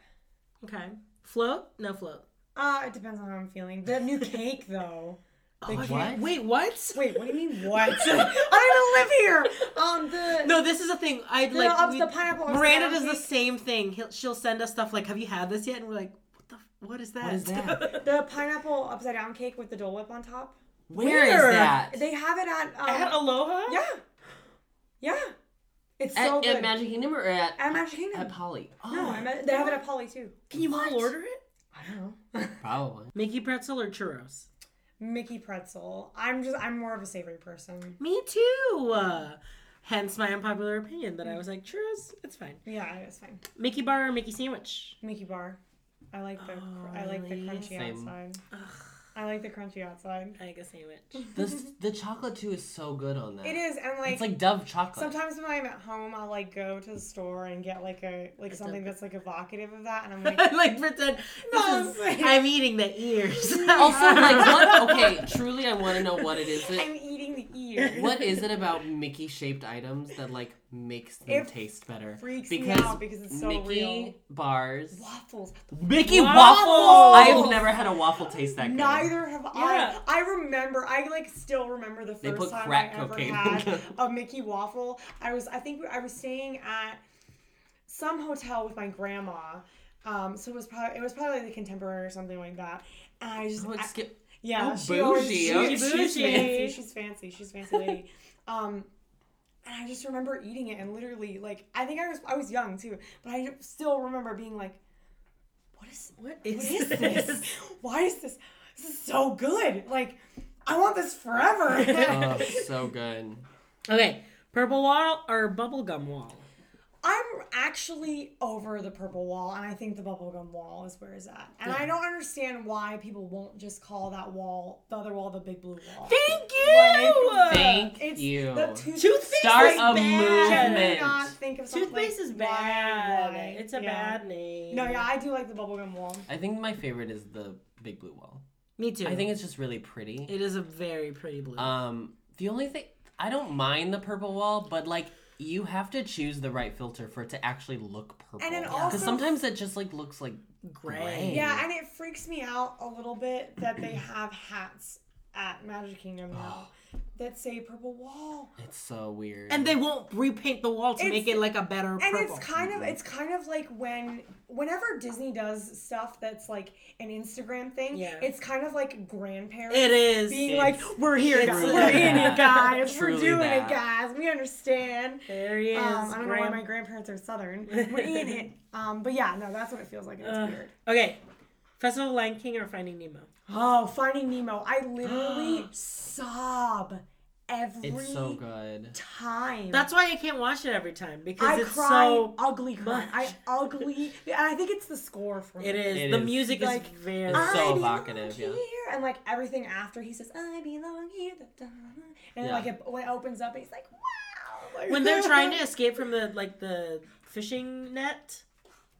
[SPEAKER 5] Okay. Float? No float.
[SPEAKER 6] Uh, it depends on how I'm feeling.
[SPEAKER 5] <laughs>
[SPEAKER 6] The new cake though.
[SPEAKER 5] Oh, I
[SPEAKER 4] what?
[SPEAKER 5] can't- Wait, what?
[SPEAKER 6] Wait, what do you mean
[SPEAKER 5] <laughs>
[SPEAKER 6] what? I don't even live here. Um, the
[SPEAKER 5] No, this is the thing. I
[SPEAKER 6] the,
[SPEAKER 5] like
[SPEAKER 6] ups-
[SPEAKER 5] we-
[SPEAKER 6] the pineapple. upside
[SPEAKER 5] Miranda
[SPEAKER 6] down
[SPEAKER 5] does the
[SPEAKER 6] cake.
[SPEAKER 5] same thing. He'll, she'll send us stuff like, "Have you had this yet?" And we're like, "What the? f- What is that?"
[SPEAKER 4] What is that?
[SPEAKER 6] the pineapple upside down cake with the Dole Whip on top.
[SPEAKER 4] Where is that?
[SPEAKER 6] They have it at
[SPEAKER 5] <laughs>
[SPEAKER 6] um,
[SPEAKER 5] At Aloha?
[SPEAKER 6] yeah, yeah. It's
[SPEAKER 4] at,
[SPEAKER 6] so good.
[SPEAKER 4] at Magic Kingdom or at
[SPEAKER 6] At Magic Kingdom.
[SPEAKER 4] at Polly? Oh,
[SPEAKER 5] <gasps>
[SPEAKER 6] no, I'm at, they have it at Polly too.
[SPEAKER 5] Can you all order it?
[SPEAKER 6] I don't know.
[SPEAKER 4] probably.
[SPEAKER 5] Mickey pretzel or churros?
[SPEAKER 6] Mickey pretzel. I'm just I'm more of a savory person.
[SPEAKER 5] Me too. Uh, hence my unpopular opinion that I was like, churros, it's fine.
[SPEAKER 6] Yeah, it's fine.
[SPEAKER 5] Mickey bar or Mickey sandwich?
[SPEAKER 6] Mickey bar. I like the cr I
[SPEAKER 5] Oh,
[SPEAKER 6] like the crunchy
[SPEAKER 4] Same.
[SPEAKER 6] outside. I like the crunchy outside.
[SPEAKER 5] I like a sandwich.
[SPEAKER 6] <laughs>
[SPEAKER 4] This the chocolate too is so good on that.
[SPEAKER 6] It is, and like,
[SPEAKER 4] It's like Dove chocolate.
[SPEAKER 6] sometimes when I'm at home, I'll like go to the store and get like a like something that's like evocative of that,
[SPEAKER 4] <laughs>
[SPEAKER 6] and I'm like,
[SPEAKER 5] <laughs> I like pretend.
[SPEAKER 6] No,
[SPEAKER 5] this is-
[SPEAKER 6] I'm saying-
[SPEAKER 5] I'm eating the
[SPEAKER 6] <laughs>
[SPEAKER 5] ears. <laughs>
[SPEAKER 4] also, like what? Okay, truly, I want to know what it
[SPEAKER 6] <laughs>
[SPEAKER 4] is. That,
[SPEAKER 6] I'm eating the ear.
[SPEAKER 4] <laughs> what is it about Mickey shaped items that like makes them
[SPEAKER 6] It
[SPEAKER 4] taste better?
[SPEAKER 6] freaks me out because it's so
[SPEAKER 4] Mickey
[SPEAKER 6] real.
[SPEAKER 4] bars.
[SPEAKER 6] waffles?
[SPEAKER 4] Mickey
[SPEAKER 5] Waffles!
[SPEAKER 4] waffles. I have never had a waffle taste that good.
[SPEAKER 6] Neither have
[SPEAKER 5] Yeah.
[SPEAKER 6] I. I remember. I like still remember the
[SPEAKER 4] They
[SPEAKER 6] first
[SPEAKER 4] put
[SPEAKER 6] time
[SPEAKER 4] crack
[SPEAKER 6] I ever
[SPEAKER 4] cocaine in
[SPEAKER 6] had
[SPEAKER 4] them.
[SPEAKER 6] a Mickey waffle. I was. I think I was staying at some hotel with my grandma. Um, so it was probably it was probably the contemporary or something like that. And I just
[SPEAKER 4] Oh,
[SPEAKER 6] I-
[SPEAKER 4] it's sk-
[SPEAKER 6] <laughs> yeah,
[SPEAKER 4] oh,
[SPEAKER 6] she always-
[SPEAKER 4] bougie,
[SPEAKER 6] she-
[SPEAKER 4] oh,
[SPEAKER 6] she's
[SPEAKER 5] bougie.
[SPEAKER 6] fancy. She's fancy. She's fancy lady. um, and I just remember eating it and literally like I think I was I was young too, but I still remember being like, what is
[SPEAKER 5] what
[SPEAKER 6] what is this? <laughs> Why is this? This is so good. Like, I want this forever.
[SPEAKER 4] oh, so good.
[SPEAKER 5] Okay, purple wall or bubblegum wall?
[SPEAKER 6] <laughs> I'm actually over the purple wall, and I think the bubblegum wall is where it's at. And I don't understand why people won't just call that wall, the other wall, the big blue wall.
[SPEAKER 5] Thank you.
[SPEAKER 4] Thank
[SPEAKER 6] it's
[SPEAKER 4] you.
[SPEAKER 6] The toothpaste.
[SPEAKER 5] Toothpaste
[SPEAKER 4] Start
[SPEAKER 5] is
[SPEAKER 4] a
[SPEAKER 5] bad.
[SPEAKER 4] movement.
[SPEAKER 6] Not think of something
[SPEAKER 5] Toothpaste
[SPEAKER 6] like,
[SPEAKER 5] is
[SPEAKER 6] why-
[SPEAKER 5] bad.
[SPEAKER 6] why?
[SPEAKER 5] It's a
[SPEAKER 6] Yeah.
[SPEAKER 5] bad name.
[SPEAKER 6] No, yeah, I do like the bubblegum wall.
[SPEAKER 4] I think my favorite is the big blue wall.
[SPEAKER 5] Me too.
[SPEAKER 4] I think it's just really pretty.
[SPEAKER 5] it is a very pretty blue.
[SPEAKER 4] Um, the only thing I don't mind the purple wall, but like you have to choose the right filter for it to actually look purple.
[SPEAKER 6] And then also-
[SPEAKER 4] because sometimes it just like looks like
[SPEAKER 5] Gray.
[SPEAKER 4] gray.
[SPEAKER 6] Yeah, and it freaks me out a little bit that they have hats at Magic Kingdom now
[SPEAKER 5] <gasps>
[SPEAKER 6] that say purple wall.
[SPEAKER 4] it's so weird.
[SPEAKER 5] and they won't repaint the wall to
[SPEAKER 6] It's-
[SPEAKER 5] make it like a better
[SPEAKER 6] And
[SPEAKER 5] purple. Mm-hmm.
[SPEAKER 6] it's kind of it's kind of like when whenever Disney does stuff that's like an Instagram thing,
[SPEAKER 5] Yeah.
[SPEAKER 6] it's kind of like grandparents
[SPEAKER 5] It is.
[SPEAKER 6] being
[SPEAKER 4] It's
[SPEAKER 6] like, We're here, guys.
[SPEAKER 4] truly
[SPEAKER 6] We're in
[SPEAKER 4] that.
[SPEAKER 6] it, guys. We're
[SPEAKER 4] Truly
[SPEAKER 6] doing
[SPEAKER 4] that.
[SPEAKER 6] it, guys. We understand.
[SPEAKER 5] there he is.
[SPEAKER 6] Um, I don't know why
[SPEAKER 5] Graham. <laughs>
[SPEAKER 6] my grandparents are southern. We're in it. Um, but yeah, no, that's what it feels like. and It's
[SPEAKER 5] Ugh.
[SPEAKER 6] weird.
[SPEAKER 5] Okay, Festival of Lion King or Finding Nemo?
[SPEAKER 6] Oh, Finding Nemo.
[SPEAKER 5] <gasps>
[SPEAKER 6] I literally sob every
[SPEAKER 4] it's so good.
[SPEAKER 6] time.
[SPEAKER 5] That's why I can't watch it every time because
[SPEAKER 6] I
[SPEAKER 5] it's
[SPEAKER 6] cry
[SPEAKER 5] so.
[SPEAKER 6] ugly cry. I
[SPEAKER 5] much.
[SPEAKER 6] ugly. And I think it's the score for me.
[SPEAKER 5] It is.
[SPEAKER 4] It
[SPEAKER 5] the
[SPEAKER 4] is.
[SPEAKER 5] music
[SPEAKER 6] Like,
[SPEAKER 5] is very.
[SPEAKER 4] It's so
[SPEAKER 6] I
[SPEAKER 4] evocative, yeah.
[SPEAKER 6] belong here. And like everything after he says, I belong here. da, da, da, da. And then
[SPEAKER 4] Yeah.
[SPEAKER 6] like it, when it opens up, and he's like, wow. <laughs> Like-
[SPEAKER 5] when <laughs> they're trying to escape from the like the fishing net,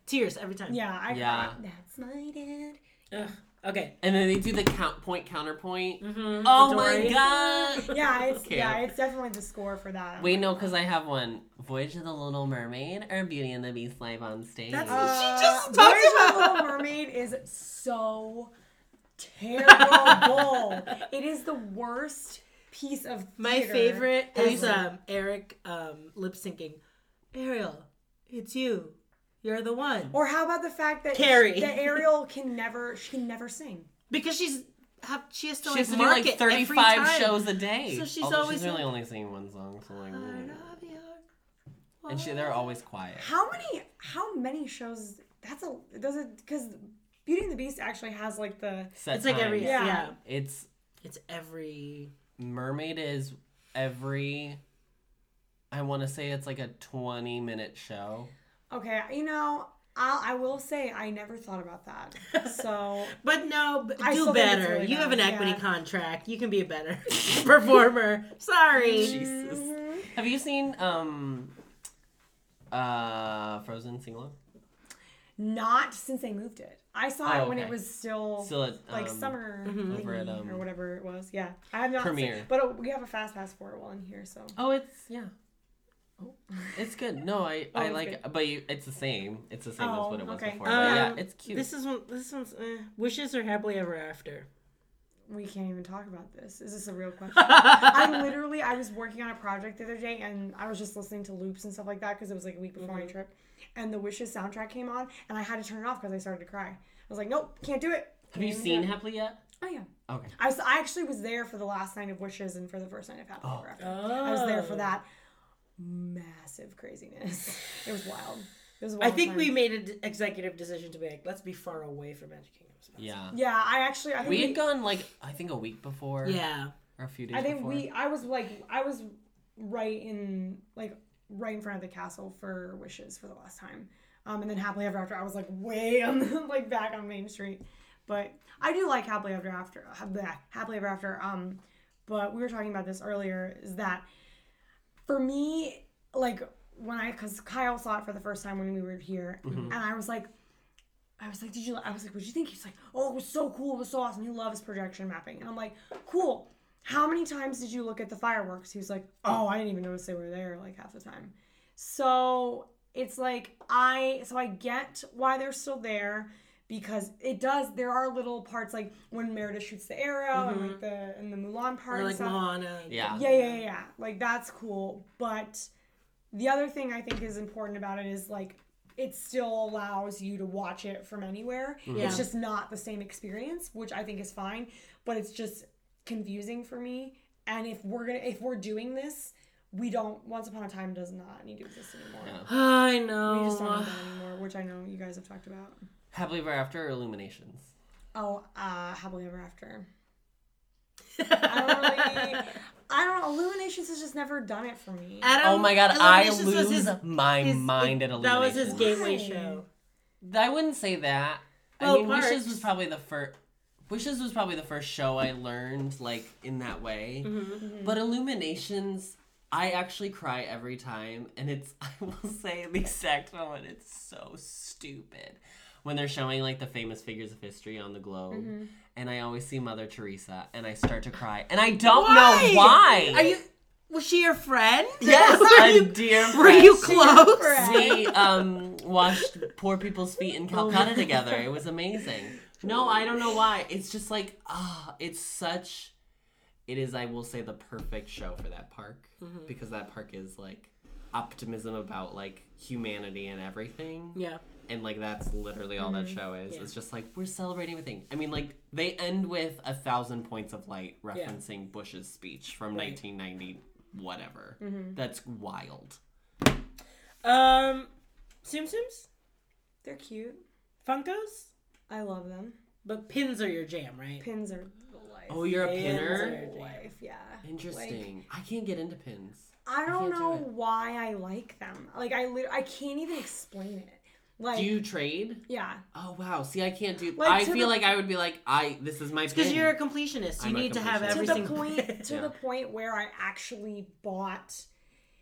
[SPEAKER 5] tears every time.
[SPEAKER 6] Yeah, I
[SPEAKER 4] Yeah.
[SPEAKER 6] cry. That's my dad.
[SPEAKER 5] Ugh. Okay.
[SPEAKER 4] And then they do the count point counterpoint.
[SPEAKER 5] Mhm.
[SPEAKER 4] Oh
[SPEAKER 5] The
[SPEAKER 4] my
[SPEAKER 5] Dory.
[SPEAKER 4] god. <laughs>
[SPEAKER 5] <laughs>
[SPEAKER 6] Yeah, it's
[SPEAKER 4] Okay.
[SPEAKER 6] yeah, it's definitely the score for that.
[SPEAKER 4] Wait, no, because I have one. Voyage of the Little Mermaid or Beauty and the Beast live on stage.
[SPEAKER 5] That's-
[SPEAKER 6] Uh,
[SPEAKER 5] She just
[SPEAKER 6] <gasps>
[SPEAKER 5] talked
[SPEAKER 6] Voyage of the
[SPEAKER 5] about-
[SPEAKER 6] Little Mermaid is so terrible. it is the worst piece of
[SPEAKER 5] My
[SPEAKER 6] theater.
[SPEAKER 5] favorite
[SPEAKER 6] Have you
[SPEAKER 5] is
[SPEAKER 6] seen it?
[SPEAKER 5] um, Eric um, lip syncing. Ariel, it's you. You're the one.
[SPEAKER 6] Or how about the fact that
[SPEAKER 5] Carrie.
[SPEAKER 6] that Ariel can never she can never sing.
[SPEAKER 5] Because she's have, she has to
[SPEAKER 4] she
[SPEAKER 5] like,
[SPEAKER 4] has to do
[SPEAKER 5] market
[SPEAKER 4] like
[SPEAKER 5] every
[SPEAKER 4] 35
[SPEAKER 5] time.
[SPEAKER 4] shows a day.
[SPEAKER 5] So she's
[SPEAKER 4] Although
[SPEAKER 5] always
[SPEAKER 4] she's really
[SPEAKER 5] in-
[SPEAKER 4] only singing one song, so like.
[SPEAKER 5] I
[SPEAKER 4] mm.
[SPEAKER 5] love you.
[SPEAKER 4] and she, they're always quiet.
[SPEAKER 6] How many? How many shows? That's a does it because Beauty and the Beast actually has like the
[SPEAKER 4] Set
[SPEAKER 5] It's like every
[SPEAKER 4] times.
[SPEAKER 5] yeah.
[SPEAKER 6] Yeah.
[SPEAKER 4] It's
[SPEAKER 5] It's every
[SPEAKER 4] Mermaid is every. I want to say it's like a twenty-minute show.
[SPEAKER 6] okay. You know, I'll, I will say I never thought
[SPEAKER 5] <laughs>
[SPEAKER 6] about that. So
[SPEAKER 5] But no, b-
[SPEAKER 6] I
[SPEAKER 5] do
[SPEAKER 6] still think it's
[SPEAKER 5] better.
[SPEAKER 6] really
[SPEAKER 5] you have an
[SPEAKER 6] bad,
[SPEAKER 5] equity
[SPEAKER 6] yeah.
[SPEAKER 5] contract. You can be a better <laughs> performer. Sorry.
[SPEAKER 4] Jesus. Have you seen um uh Frozen sing along?
[SPEAKER 6] not since they moved it. I saw
[SPEAKER 4] Oh,
[SPEAKER 6] it when
[SPEAKER 4] okay.
[SPEAKER 6] it was still,
[SPEAKER 4] Still at,
[SPEAKER 6] like
[SPEAKER 4] um,
[SPEAKER 6] summer
[SPEAKER 4] over at,
[SPEAKER 6] thingy
[SPEAKER 4] um,
[SPEAKER 6] or whatever it was. Yeah, I have not seen-
[SPEAKER 4] Premiere.
[SPEAKER 6] but it, we have a fast pass for it while I'm here. So
[SPEAKER 4] Oh, it's yeah. It's good. No,
[SPEAKER 6] <laughs>
[SPEAKER 4] I, I
[SPEAKER 6] Oh, it's
[SPEAKER 4] like, but you, it's the same. It's the same as
[SPEAKER 6] Oh,
[SPEAKER 4] what it was
[SPEAKER 6] okay.
[SPEAKER 4] before. but yeah,
[SPEAKER 5] Um,
[SPEAKER 4] it's cute.
[SPEAKER 5] This is one. This one's eh. wishes are happily ever after.
[SPEAKER 6] we can't even talk about this. Is this a real <laughs> question? I literally I was working on a project the other day and I was just listening to loops and stuff like that because it was like a week before
[SPEAKER 4] Mm-hmm.
[SPEAKER 6] my trip, and the Wishes soundtrack came on and I had to turn it off because I started to cry. I was like, nope, can't do it.
[SPEAKER 4] Have you
[SPEAKER 6] Can't
[SPEAKER 4] seen
[SPEAKER 6] do it.
[SPEAKER 4] Happily yet?
[SPEAKER 6] Oh yeah.
[SPEAKER 4] Okay.
[SPEAKER 6] I was I actually was there for the last night of Wishes and for the first night of Happily Ever After. I was there
[SPEAKER 4] Oh.
[SPEAKER 6] for that massive craziness. It was wild. It was a
[SPEAKER 5] I
[SPEAKER 6] wild
[SPEAKER 5] think
[SPEAKER 6] time.
[SPEAKER 5] we made an executive decision to be like, let's be far away from Magic Kingdom.
[SPEAKER 4] Yeah.
[SPEAKER 6] Yeah, I actually I think
[SPEAKER 4] We had gone like I think a week before.
[SPEAKER 5] Yeah.
[SPEAKER 4] Or a few days
[SPEAKER 6] I think
[SPEAKER 4] before.
[SPEAKER 6] we I was like I was right in like right in front of the castle for wishes for the last time. Um, and then happily ever after I was like way <laughs> on the, like back on Main Street. But I do like happily ever after ha- bleh, happily ever after. Um, but we were talking about this earlier is that for me like when I because Kyle saw it for the first time when we were here
[SPEAKER 5] Mm-hmm.
[SPEAKER 6] and I was like. I was like, did you? I was like, what did you think? He's like, oh, it was so cool. It was so awesome. He loves projection mapping. And I'm like, cool. How many times did you look at the fireworks? He was like, oh, I didn't even notice they were there like half the time. So it's like, I, so I get why they're still there because it does, there are little parts like when Merida shoots the arrow and like the, and the Mulan part.
[SPEAKER 5] Mm-hmm. Or
[SPEAKER 6] and
[SPEAKER 5] like
[SPEAKER 6] stuff.
[SPEAKER 5] Moana.
[SPEAKER 4] Yeah.
[SPEAKER 6] Yeah, yeah, yeah, yeah. Like that's cool. But the other thing I think is important about it is like it still allows you to watch it from anywhere.
[SPEAKER 5] Yeah.
[SPEAKER 6] It's just not the same experience, which I think is fine, but it's just confusing for me. And if we're gonna if we're doing this, we don't once upon a time does not need to exist anymore.
[SPEAKER 5] <sighs> I
[SPEAKER 6] We just don't
[SPEAKER 5] know.
[SPEAKER 6] need that anymore, which I know you guys have talked about.
[SPEAKER 4] Happily Ever After or Illuminations.
[SPEAKER 6] Oh, uh, happily ever after.
[SPEAKER 5] <laughs>
[SPEAKER 6] I don't really I don't know, Illuminations has just never done it for <laughs> me.
[SPEAKER 5] Adam,
[SPEAKER 4] Oh my god, I
[SPEAKER 5] Illuminations was
[SPEAKER 4] lose
[SPEAKER 5] his-
[SPEAKER 4] my
[SPEAKER 5] his-
[SPEAKER 4] mind at
[SPEAKER 5] That was
[SPEAKER 4] Illuminations.
[SPEAKER 5] his gateway
[SPEAKER 6] Why?
[SPEAKER 5] show.
[SPEAKER 4] I wouldn't say that.
[SPEAKER 5] Well,
[SPEAKER 4] I mean, Wishes
[SPEAKER 5] parts.
[SPEAKER 4] was probably the first. Wishes was probably the first show I learned like in that way.
[SPEAKER 5] Mm-hmm,
[SPEAKER 4] But Illuminations, I actually cry every time, and it's <laughs> I will say the exact moment. It's so stupid when they're showing like the famous figures of history on the globe.
[SPEAKER 5] Mm-hmm.
[SPEAKER 4] And I always see Mother Teresa, and I start to cry, and I don't know why.
[SPEAKER 5] Are you? Was she your friend? <laughs>
[SPEAKER 4] Yes,
[SPEAKER 5] Were
[SPEAKER 4] a
[SPEAKER 5] you,
[SPEAKER 4] dear
[SPEAKER 5] were
[SPEAKER 4] friend.
[SPEAKER 5] you close?
[SPEAKER 4] We um, washed poor people's feet in Calcutta together. It was amazing. No, I don't know why. It's just like ah, it's such. It is, I will say, the perfect show for that park because that park is like optimism about like humanity and everything.
[SPEAKER 5] Yeah.
[SPEAKER 4] And like that's literally all that show is. It's just like we're celebrating everything. I mean, like they end with a thousand points of light referencing Bush's speech from 1990, whatever. That's wild.
[SPEAKER 5] Um, Tsum Tsums?
[SPEAKER 6] They're cute.
[SPEAKER 5] Funkos?
[SPEAKER 6] I love them.
[SPEAKER 5] But pins are your jam, right?
[SPEAKER 6] Pins are the life.
[SPEAKER 4] Oh, you're a
[SPEAKER 5] Pins
[SPEAKER 4] pinner?
[SPEAKER 5] are-
[SPEAKER 6] life, yeah.
[SPEAKER 4] Interesting. I can't get into pins.
[SPEAKER 6] I don't
[SPEAKER 4] can't do
[SPEAKER 6] know
[SPEAKER 4] it.
[SPEAKER 6] why I like them. Like I lit- I can't even explain it. Like
[SPEAKER 4] Do you trade?
[SPEAKER 6] yeah.
[SPEAKER 4] Oh wow. See, I can't do.
[SPEAKER 6] Like,
[SPEAKER 4] I
[SPEAKER 6] to
[SPEAKER 4] feel
[SPEAKER 6] the-
[SPEAKER 4] like I would be like, I. This is my.
[SPEAKER 5] Because
[SPEAKER 4] pin.
[SPEAKER 5] you're a completionist. You
[SPEAKER 4] I'm a
[SPEAKER 5] need to have
[SPEAKER 4] completionist.
[SPEAKER 5] every
[SPEAKER 6] to
[SPEAKER 4] <laughs>
[SPEAKER 6] the
[SPEAKER 5] single
[SPEAKER 6] point
[SPEAKER 5] <laughs>
[SPEAKER 6] to
[SPEAKER 4] Yeah.
[SPEAKER 6] the point where I actually bought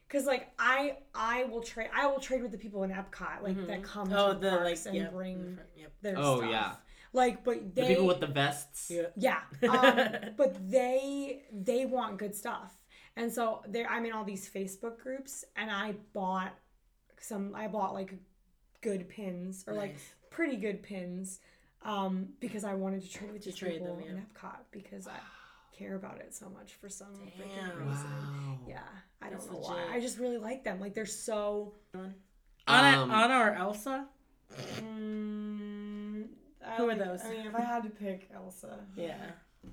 [SPEAKER 6] because like I I will trade I will trade with the people in Epcot like
[SPEAKER 4] Mm-hmm.
[SPEAKER 6] that come
[SPEAKER 5] Oh, the,
[SPEAKER 6] to the parks
[SPEAKER 5] like,
[SPEAKER 6] and
[SPEAKER 5] yeah.
[SPEAKER 6] bring
[SPEAKER 5] Yep.
[SPEAKER 6] their
[SPEAKER 4] Oh,
[SPEAKER 6] stuff.
[SPEAKER 4] yeah.
[SPEAKER 6] Like but they
[SPEAKER 4] the people with the vests.
[SPEAKER 5] Yeah.
[SPEAKER 6] Yeah,
[SPEAKER 5] <laughs>
[SPEAKER 6] um, but they they want good stuff, and so there. I'm in all these Facebook groups, and I bought some. I bought like good pins or like
[SPEAKER 5] Nice.
[SPEAKER 6] pretty good pins, um, because I wanted to trade with these
[SPEAKER 5] trade
[SPEAKER 6] people
[SPEAKER 5] them, yeah.
[SPEAKER 6] in Epcot because I care about it so much for some freaking
[SPEAKER 5] Damn.
[SPEAKER 6] reason.
[SPEAKER 4] Wow.
[SPEAKER 6] Yeah, I
[SPEAKER 5] That's
[SPEAKER 6] don't know
[SPEAKER 5] legit.
[SPEAKER 6] why. I just really like them. Like they're so.
[SPEAKER 5] Anna,
[SPEAKER 4] Um,
[SPEAKER 5] Anna or Elsa?
[SPEAKER 6] Mm, I
[SPEAKER 5] Who are
[SPEAKER 6] like-
[SPEAKER 5] those?
[SPEAKER 6] I mean, if I had to pick Elsa.
[SPEAKER 5] <laughs> Yeah.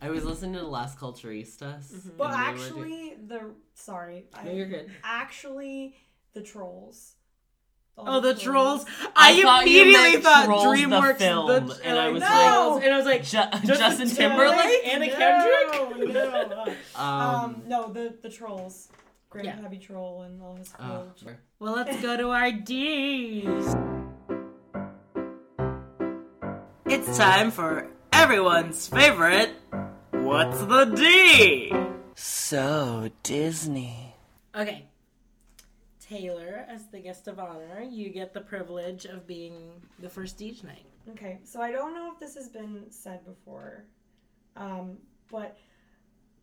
[SPEAKER 4] I was listening to Las Culturistas. and they were
[SPEAKER 6] But
[SPEAKER 4] doing-
[SPEAKER 6] actually, the sorry. I,
[SPEAKER 4] no, you're good.
[SPEAKER 6] actually the trolls.
[SPEAKER 5] Oh, the trolls!
[SPEAKER 4] I
[SPEAKER 5] I,
[SPEAKER 4] thought you
[SPEAKER 5] immediately
[SPEAKER 4] meant
[SPEAKER 5] thought
[SPEAKER 4] Trolls the
[SPEAKER 5] DreamWorks
[SPEAKER 4] film,
[SPEAKER 5] the,
[SPEAKER 4] and I was
[SPEAKER 5] like,
[SPEAKER 6] like-
[SPEAKER 5] Trolls, and I was like,
[SPEAKER 4] Ju- Justin Timberlake, Anna Kendrick.
[SPEAKER 6] Kendrick. No,
[SPEAKER 4] Um,
[SPEAKER 6] no. <laughs> um, no, the the trolls. Great
[SPEAKER 5] Yeah.
[SPEAKER 6] heavy troll and all his
[SPEAKER 4] uh,
[SPEAKER 6] cool.
[SPEAKER 5] well, let's go to our D's. It's time for everyone's favorite. What's the D?
[SPEAKER 4] so Disney.
[SPEAKER 5] Okay. Taylor, as the guest of honor, you get the privilege of being the first D tonight.
[SPEAKER 6] Okay, so I don't know if this has been said before, um, but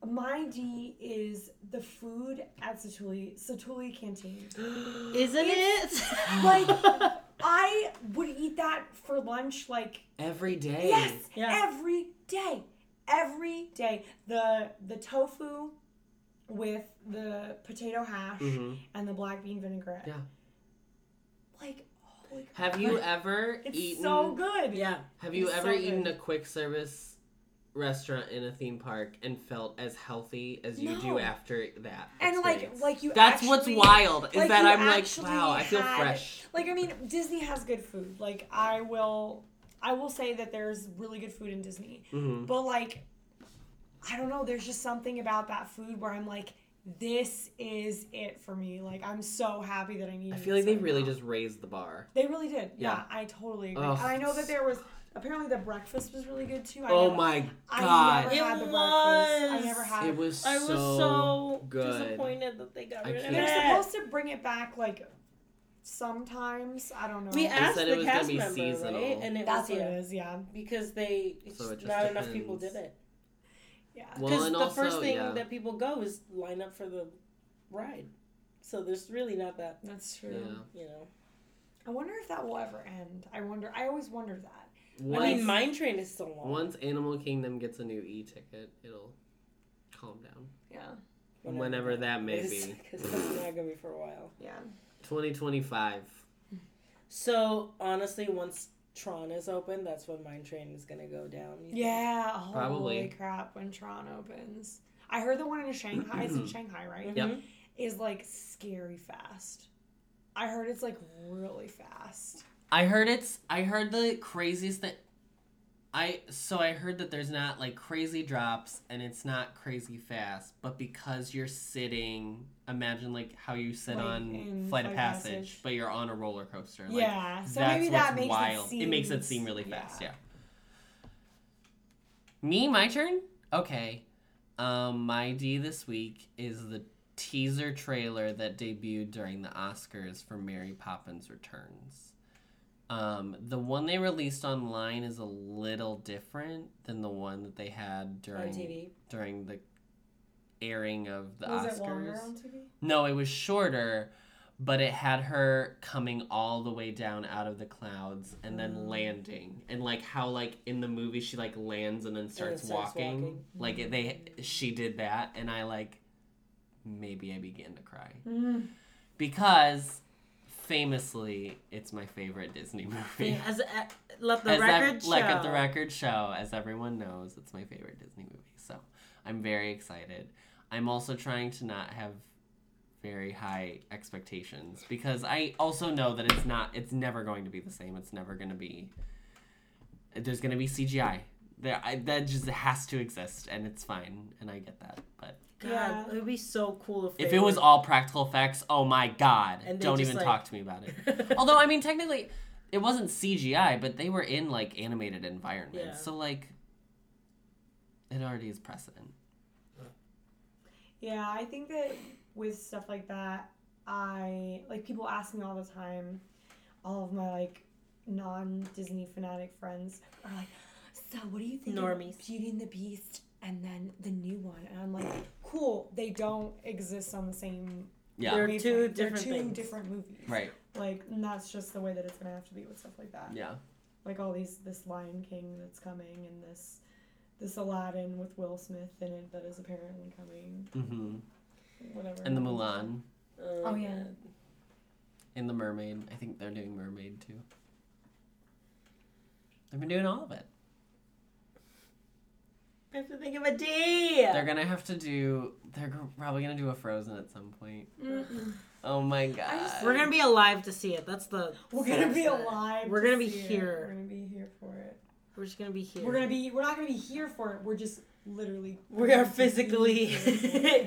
[SPEAKER 6] my D is the food at Satuli Satuli Canteen.
[SPEAKER 5] Isn't it?
[SPEAKER 6] Like I would eat that for lunch, like
[SPEAKER 4] Every day.
[SPEAKER 6] yes,
[SPEAKER 5] Yeah.
[SPEAKER 6] every day, every day. The the tofu with the potato hash
[SPEAKER 4] Mhm.
[SPEAKER 6] and the black bean vinaigrette.
[SPEAKER 4] Yeah.
[SPEAKER 6] Like, holy crap.
[SPEAKER 4] Have you ever
[SPEAKER 6] It's
[SPEAKER 4] eaten?
[SPEAKER 6] so
[SPEAKER 5] <laughs>
[SPEAKER 6] good.
[SPEAKER 5] yeah.
[SPEAKER 4] Have you
[SPEAKER 6] It's
[SPEAKER 4] ever
[SPEAKER 6] so
[SPEAKER 4] eaten
[SPEAKER 6] good.
[SPEAKER 4] a quick service restaurant in a theme park and felt as healthy as you
[SPEAKER 6] No.
[SPEAKER 4] do after that?
[SPEAKER 6] And like,
[SPEAKER 4] experience?
[SPEAKER 6] like you.
[SPEAKER 4] that's what's
[SPEAKER 6] actually-
[SPEAKER 4] wild is
[SPEAKER 6] like,
[SPEAKER 4] that
[SPEAKER 6] you
[SPEAKER 4] I'm like,
[SPEAKER 6] actually
[SPEAKER 4] wow, I feel
[SPEAKER 6] had-
[SPEAKER 4] fresh.
[SPEAKER 6] Like I mean, Disney has good food. Like I will, I will say that there's really good food in Disney.
[SPEAKER 4] Mhm.
[SPEAKER 6] But like, I don't know. There's just something about that food where I'm like, this is it for me. Like I'm so happy that I need.
[SPEAKER 4] I feel like they really just raised the bar.
[SPEAKER 6] They really did. Yeah,
[SPEAKER 4] Yeah. Oh,
[SPEAKER 6] I totally agree.
[SPEAKER 4] Ugh,
[SPEAKER 6] and I know that
[SPEAKER 4] it's-
[SPEAKER 6] there was apparently the breakfast was really good too. I
[SPEAKER 4] Oh
[SPEAKER 6] never-
[SPEAKER 4] my
[SPEAKER 6] I never
[SPEAKER 4] god,
[SPEAKER 5] It
[SPEAKER 6] had the breakfast. I
[SPEAKER 5] was.
[SPEAKER 6] never had.
[SPEAKER 4] it was.
[SPEAKER 5] I was so
[SPEAKER 4] good.
[SPEAKER 5] disappointed that they got
[SPEAKER 4] I
[SPEAKER 5] rid of
[SPEAKER 4] can't-
[SPEAKER 6] They're
[SPEAKER 4] <laughs>
[SPEAKER 5] it.
[SPEAKER 6] supposed to bring it back like sometimes. I don't know.
[SPEAKER 5] We
[SPEAKER 4] said
[SPEAKER 5] asked
[SPEAKER 4] it
[SPEAKER 5] the
[SPEAKER 4] was gonna
[SPEAKER 5] cast
[SPEAKER 4] be
[SPEAKER 5] member,
[SPEAKER 4] seasonal.
[SPEAKER 5] right? And it
[SPEAKER 6] That's
[SPEAKER 5] was
[SPEAKER 6] what
[SPEAKER 5] yeah,
[SPEAKER 6] it is. Yeah.
[SPEAKER 5] because they it's
[SPEAKER 4] So it
[SPEAKER 5] not
[SPEAKER 4] just
[SPEAKER 5] enough people did
[SPEAKER 4] depends.
[SPEAKER 5] it.
[SPEAKER 6] Yeah.
[SPEAKER 5] Because
[SPEAKER 4] Well, and
[SPEAKER 5] the
[SPEAKER 4] also,
[SPEAKER 5] first thing
[SPEAKER 4] yeah.
[SPEAKER 5] that people go is line up for the ride, so there's really not that
[SPEAKER 6] That's true.
[SPEAKER 4] Yeah.
[SPEAKER 5] you know.
[SPEAKER 6] I wonder if that will ever end. I wonder. I always wonder that.
[SPEAKER 4] Once,
[SPEAKER 5] I mean, Mine Train is so long.
[SPEAKER 4] once Animal Kingdom gets a new e ticket, it'll calm down.
[SPEAKER 6] Yeah.
[SPEAKER 4] Whenever that may
[SPEAKER 5] is,
[SPEAKER 4] be.
[SPEAKER 5] <laughs> 'cause it's not gonna be for a while.
[SPEAKER 6] Yeah.
[SPEAKER 4] 2025.
[SPEAKER 5] So honestly, once Tron is open, that's when Mine Train is gonna go down. you think?
[SPEAKER 6] Yeah. Holy
[SPEAKER 4] Probably.
[SPEAKER 6] crap! When Tron opens, I heard the one in Shanghai. it's
[SPEAKER 4] <clears throat>
[SPEAKER 6] in Shanghai, right?
[SPEAKER 4] Yep.
[SPEAKER 5] Mhm.
[SPEAKER 6] Is like scary fast. I heard it's like really fast.
[SPEAKER 4] I heard it's. I heard the craziest thing. I so I heard that there's not like crazy drops and it's not crazy fast, but because you're sitting, imagine like how you sit
[SPEAKER 6] Like
[SPEAKER 4] on
[SPEAKER 6] in
[SPEAKER 4] Flight of
[SPEAKER 6] Flight of
[SPEAKER 4] Passage,
[SPEAKER 6] Passage.
[SPEAKER 4] but you're on a roller coaster. Like,
[SPEAKER 6] yeah. So
[SPEAKER 4] that's
[SPEAKER 6] maybe
[SPEAKER 4] what's
[SPEAKER 6] that makes
[SPEAKER 4] wild.
[SPEAKER 6] it seem.
[SPEAKER 4] makes it seem really fast. Yeah. Me, my turn. Okay. Um, my D this week is the teaser trailer that debuted during the Oscars for Mary Poppins Returns. Um, the one they released online is a little different than the one that they had during
[SPEAKER 5] TV.
[SPEAKER 4] during the airing of the
[SPEAKER 6] Was
[SPEAKER 4] Oscars.
[SPEAKER 6] it longer on TV?
[SPEAKER 4] No, it was shorter, but it had her coming all the way down out of the clouds and then
[SPEAKER 5] Mm.
[SPEAKER 4] landing. And like how like in the movie she like lands and then starts,
[SPEAKER 5] starts
[SPEAKER 4] walking.
[SPEAKER 5] walking. Mm-hmm.
[SPEAKER 4] Like it, they she did that and I like maybe I began to cry.
[SPEAKER 5] Mm.
[SPEAKER 4] Because famously it's my favorite Disney <laughs> movie.
[SPEAKER 5] Yeah, As a, uh, let the
[SPEAKER 4] As ev-
[SPEAKER 5] record show.
[SPEAKER 4] Like at the record show, as everyone knows, it's my favorite Disney movie. So I'm very excited. I'm also trying to not have very high expectations because I also know that it's not. It's never going to be the same. It's never going to be. There's going to be CGI. There, I, that just has to exist, and it's fine, and I get that. But
[SPEAKER 5] God,
[SPEAKER 6] Yeah.
[SPEAKER 5] it would be so cool if
[SPEAKER 4] if
[SPEAKER 5] they
[SPEAKER 4] it was
[SPEAKER 5] were-
[SPEAKER 4] all practical effects, oh my god!
[SPEAKER 5] And they
[SPEAKER 4] Don't
[SPEAKER 5] just,
[SPEAKER 4] even
[SPEAKER 5] like-
[SPEAKER 4] talk to me about
[SPEAKER 5] <laughs>
[SPEAKER 4] it. Although I mean, technically, it wasn't CGI, but they were in like animated environments,
[SPEAKER 5] Yeah.
[SPEAKER 4] so like, it already is precedent.
[SPEAKER 6] Yeah, I think that with stuff like that, I like people ask me all the time. All of my like non-Disney fanatic friends are like, "So, what do you think
[SPEAKER 5] Normies.
[SPEAKER 6] of Beauty and the Beast and then the new one?" And I'm like, "Cool, they don't exist on the same.
[SPEAKER 4] Yeah,
[SPEAKER 5] They're
[SPEAKER 6] wavelength.
[SPEAKER 5] two
[SPEAKER 6] They're
[SPEAKER 5] different
[SPEAKER 6] two
[SPEAKER 5] things.
[SPEAKER 6] different movies.
[SPEAKER 4] right.
[SPEAKER 6] Like, and that's just the way that it's gonna have to be with stuff like that.
[SPEAKER 4] Yeah,
[SPEAKER 6] Like all these, this Lion King that's coming, and this, this Aladdin with Will Smith in it that is apparently coming.
[SPEAKER 4] hmm
[SPEAKER 6] Whatever.
[SPEAKER 4] and the Mulan
[SPEAKER 5] Oh,
[SPEAKER 6] Oh yeah.
[SPEAKER 4] and the Mermaid. I think they're doing Mermaid too. They've been doing all of it.
[SPEAKER 5] I have to think of a D.
[SPEAKER 4] They're gonna have to do. They're g- probably gonna do a Frozen at some point.
[SPEAKER 6] uh,
[SPEAKER 4] Oh my god.
[SPEAKER 5] We're gonna be alive to see it. That's the.
[SPEAKER 6] We're gonna be alive.
[SPEAKER 5] We're
[SPEAKER 6] to
[SPEAKER 5] gonna be
[SPEAKER 6] see it.
[SPEAKER 5] here.
[SPEAKER 6] We're gonna be here for it.
[SPEAKER 5] We're just gonna be here.
[SPEAKER 6] We're gonna be. We're not gonna be here for it. We're just literally.
[SPEAKER 5] We are <laughs>
[SPEAKER 6] <laughs>
[SPEAKER 5] physically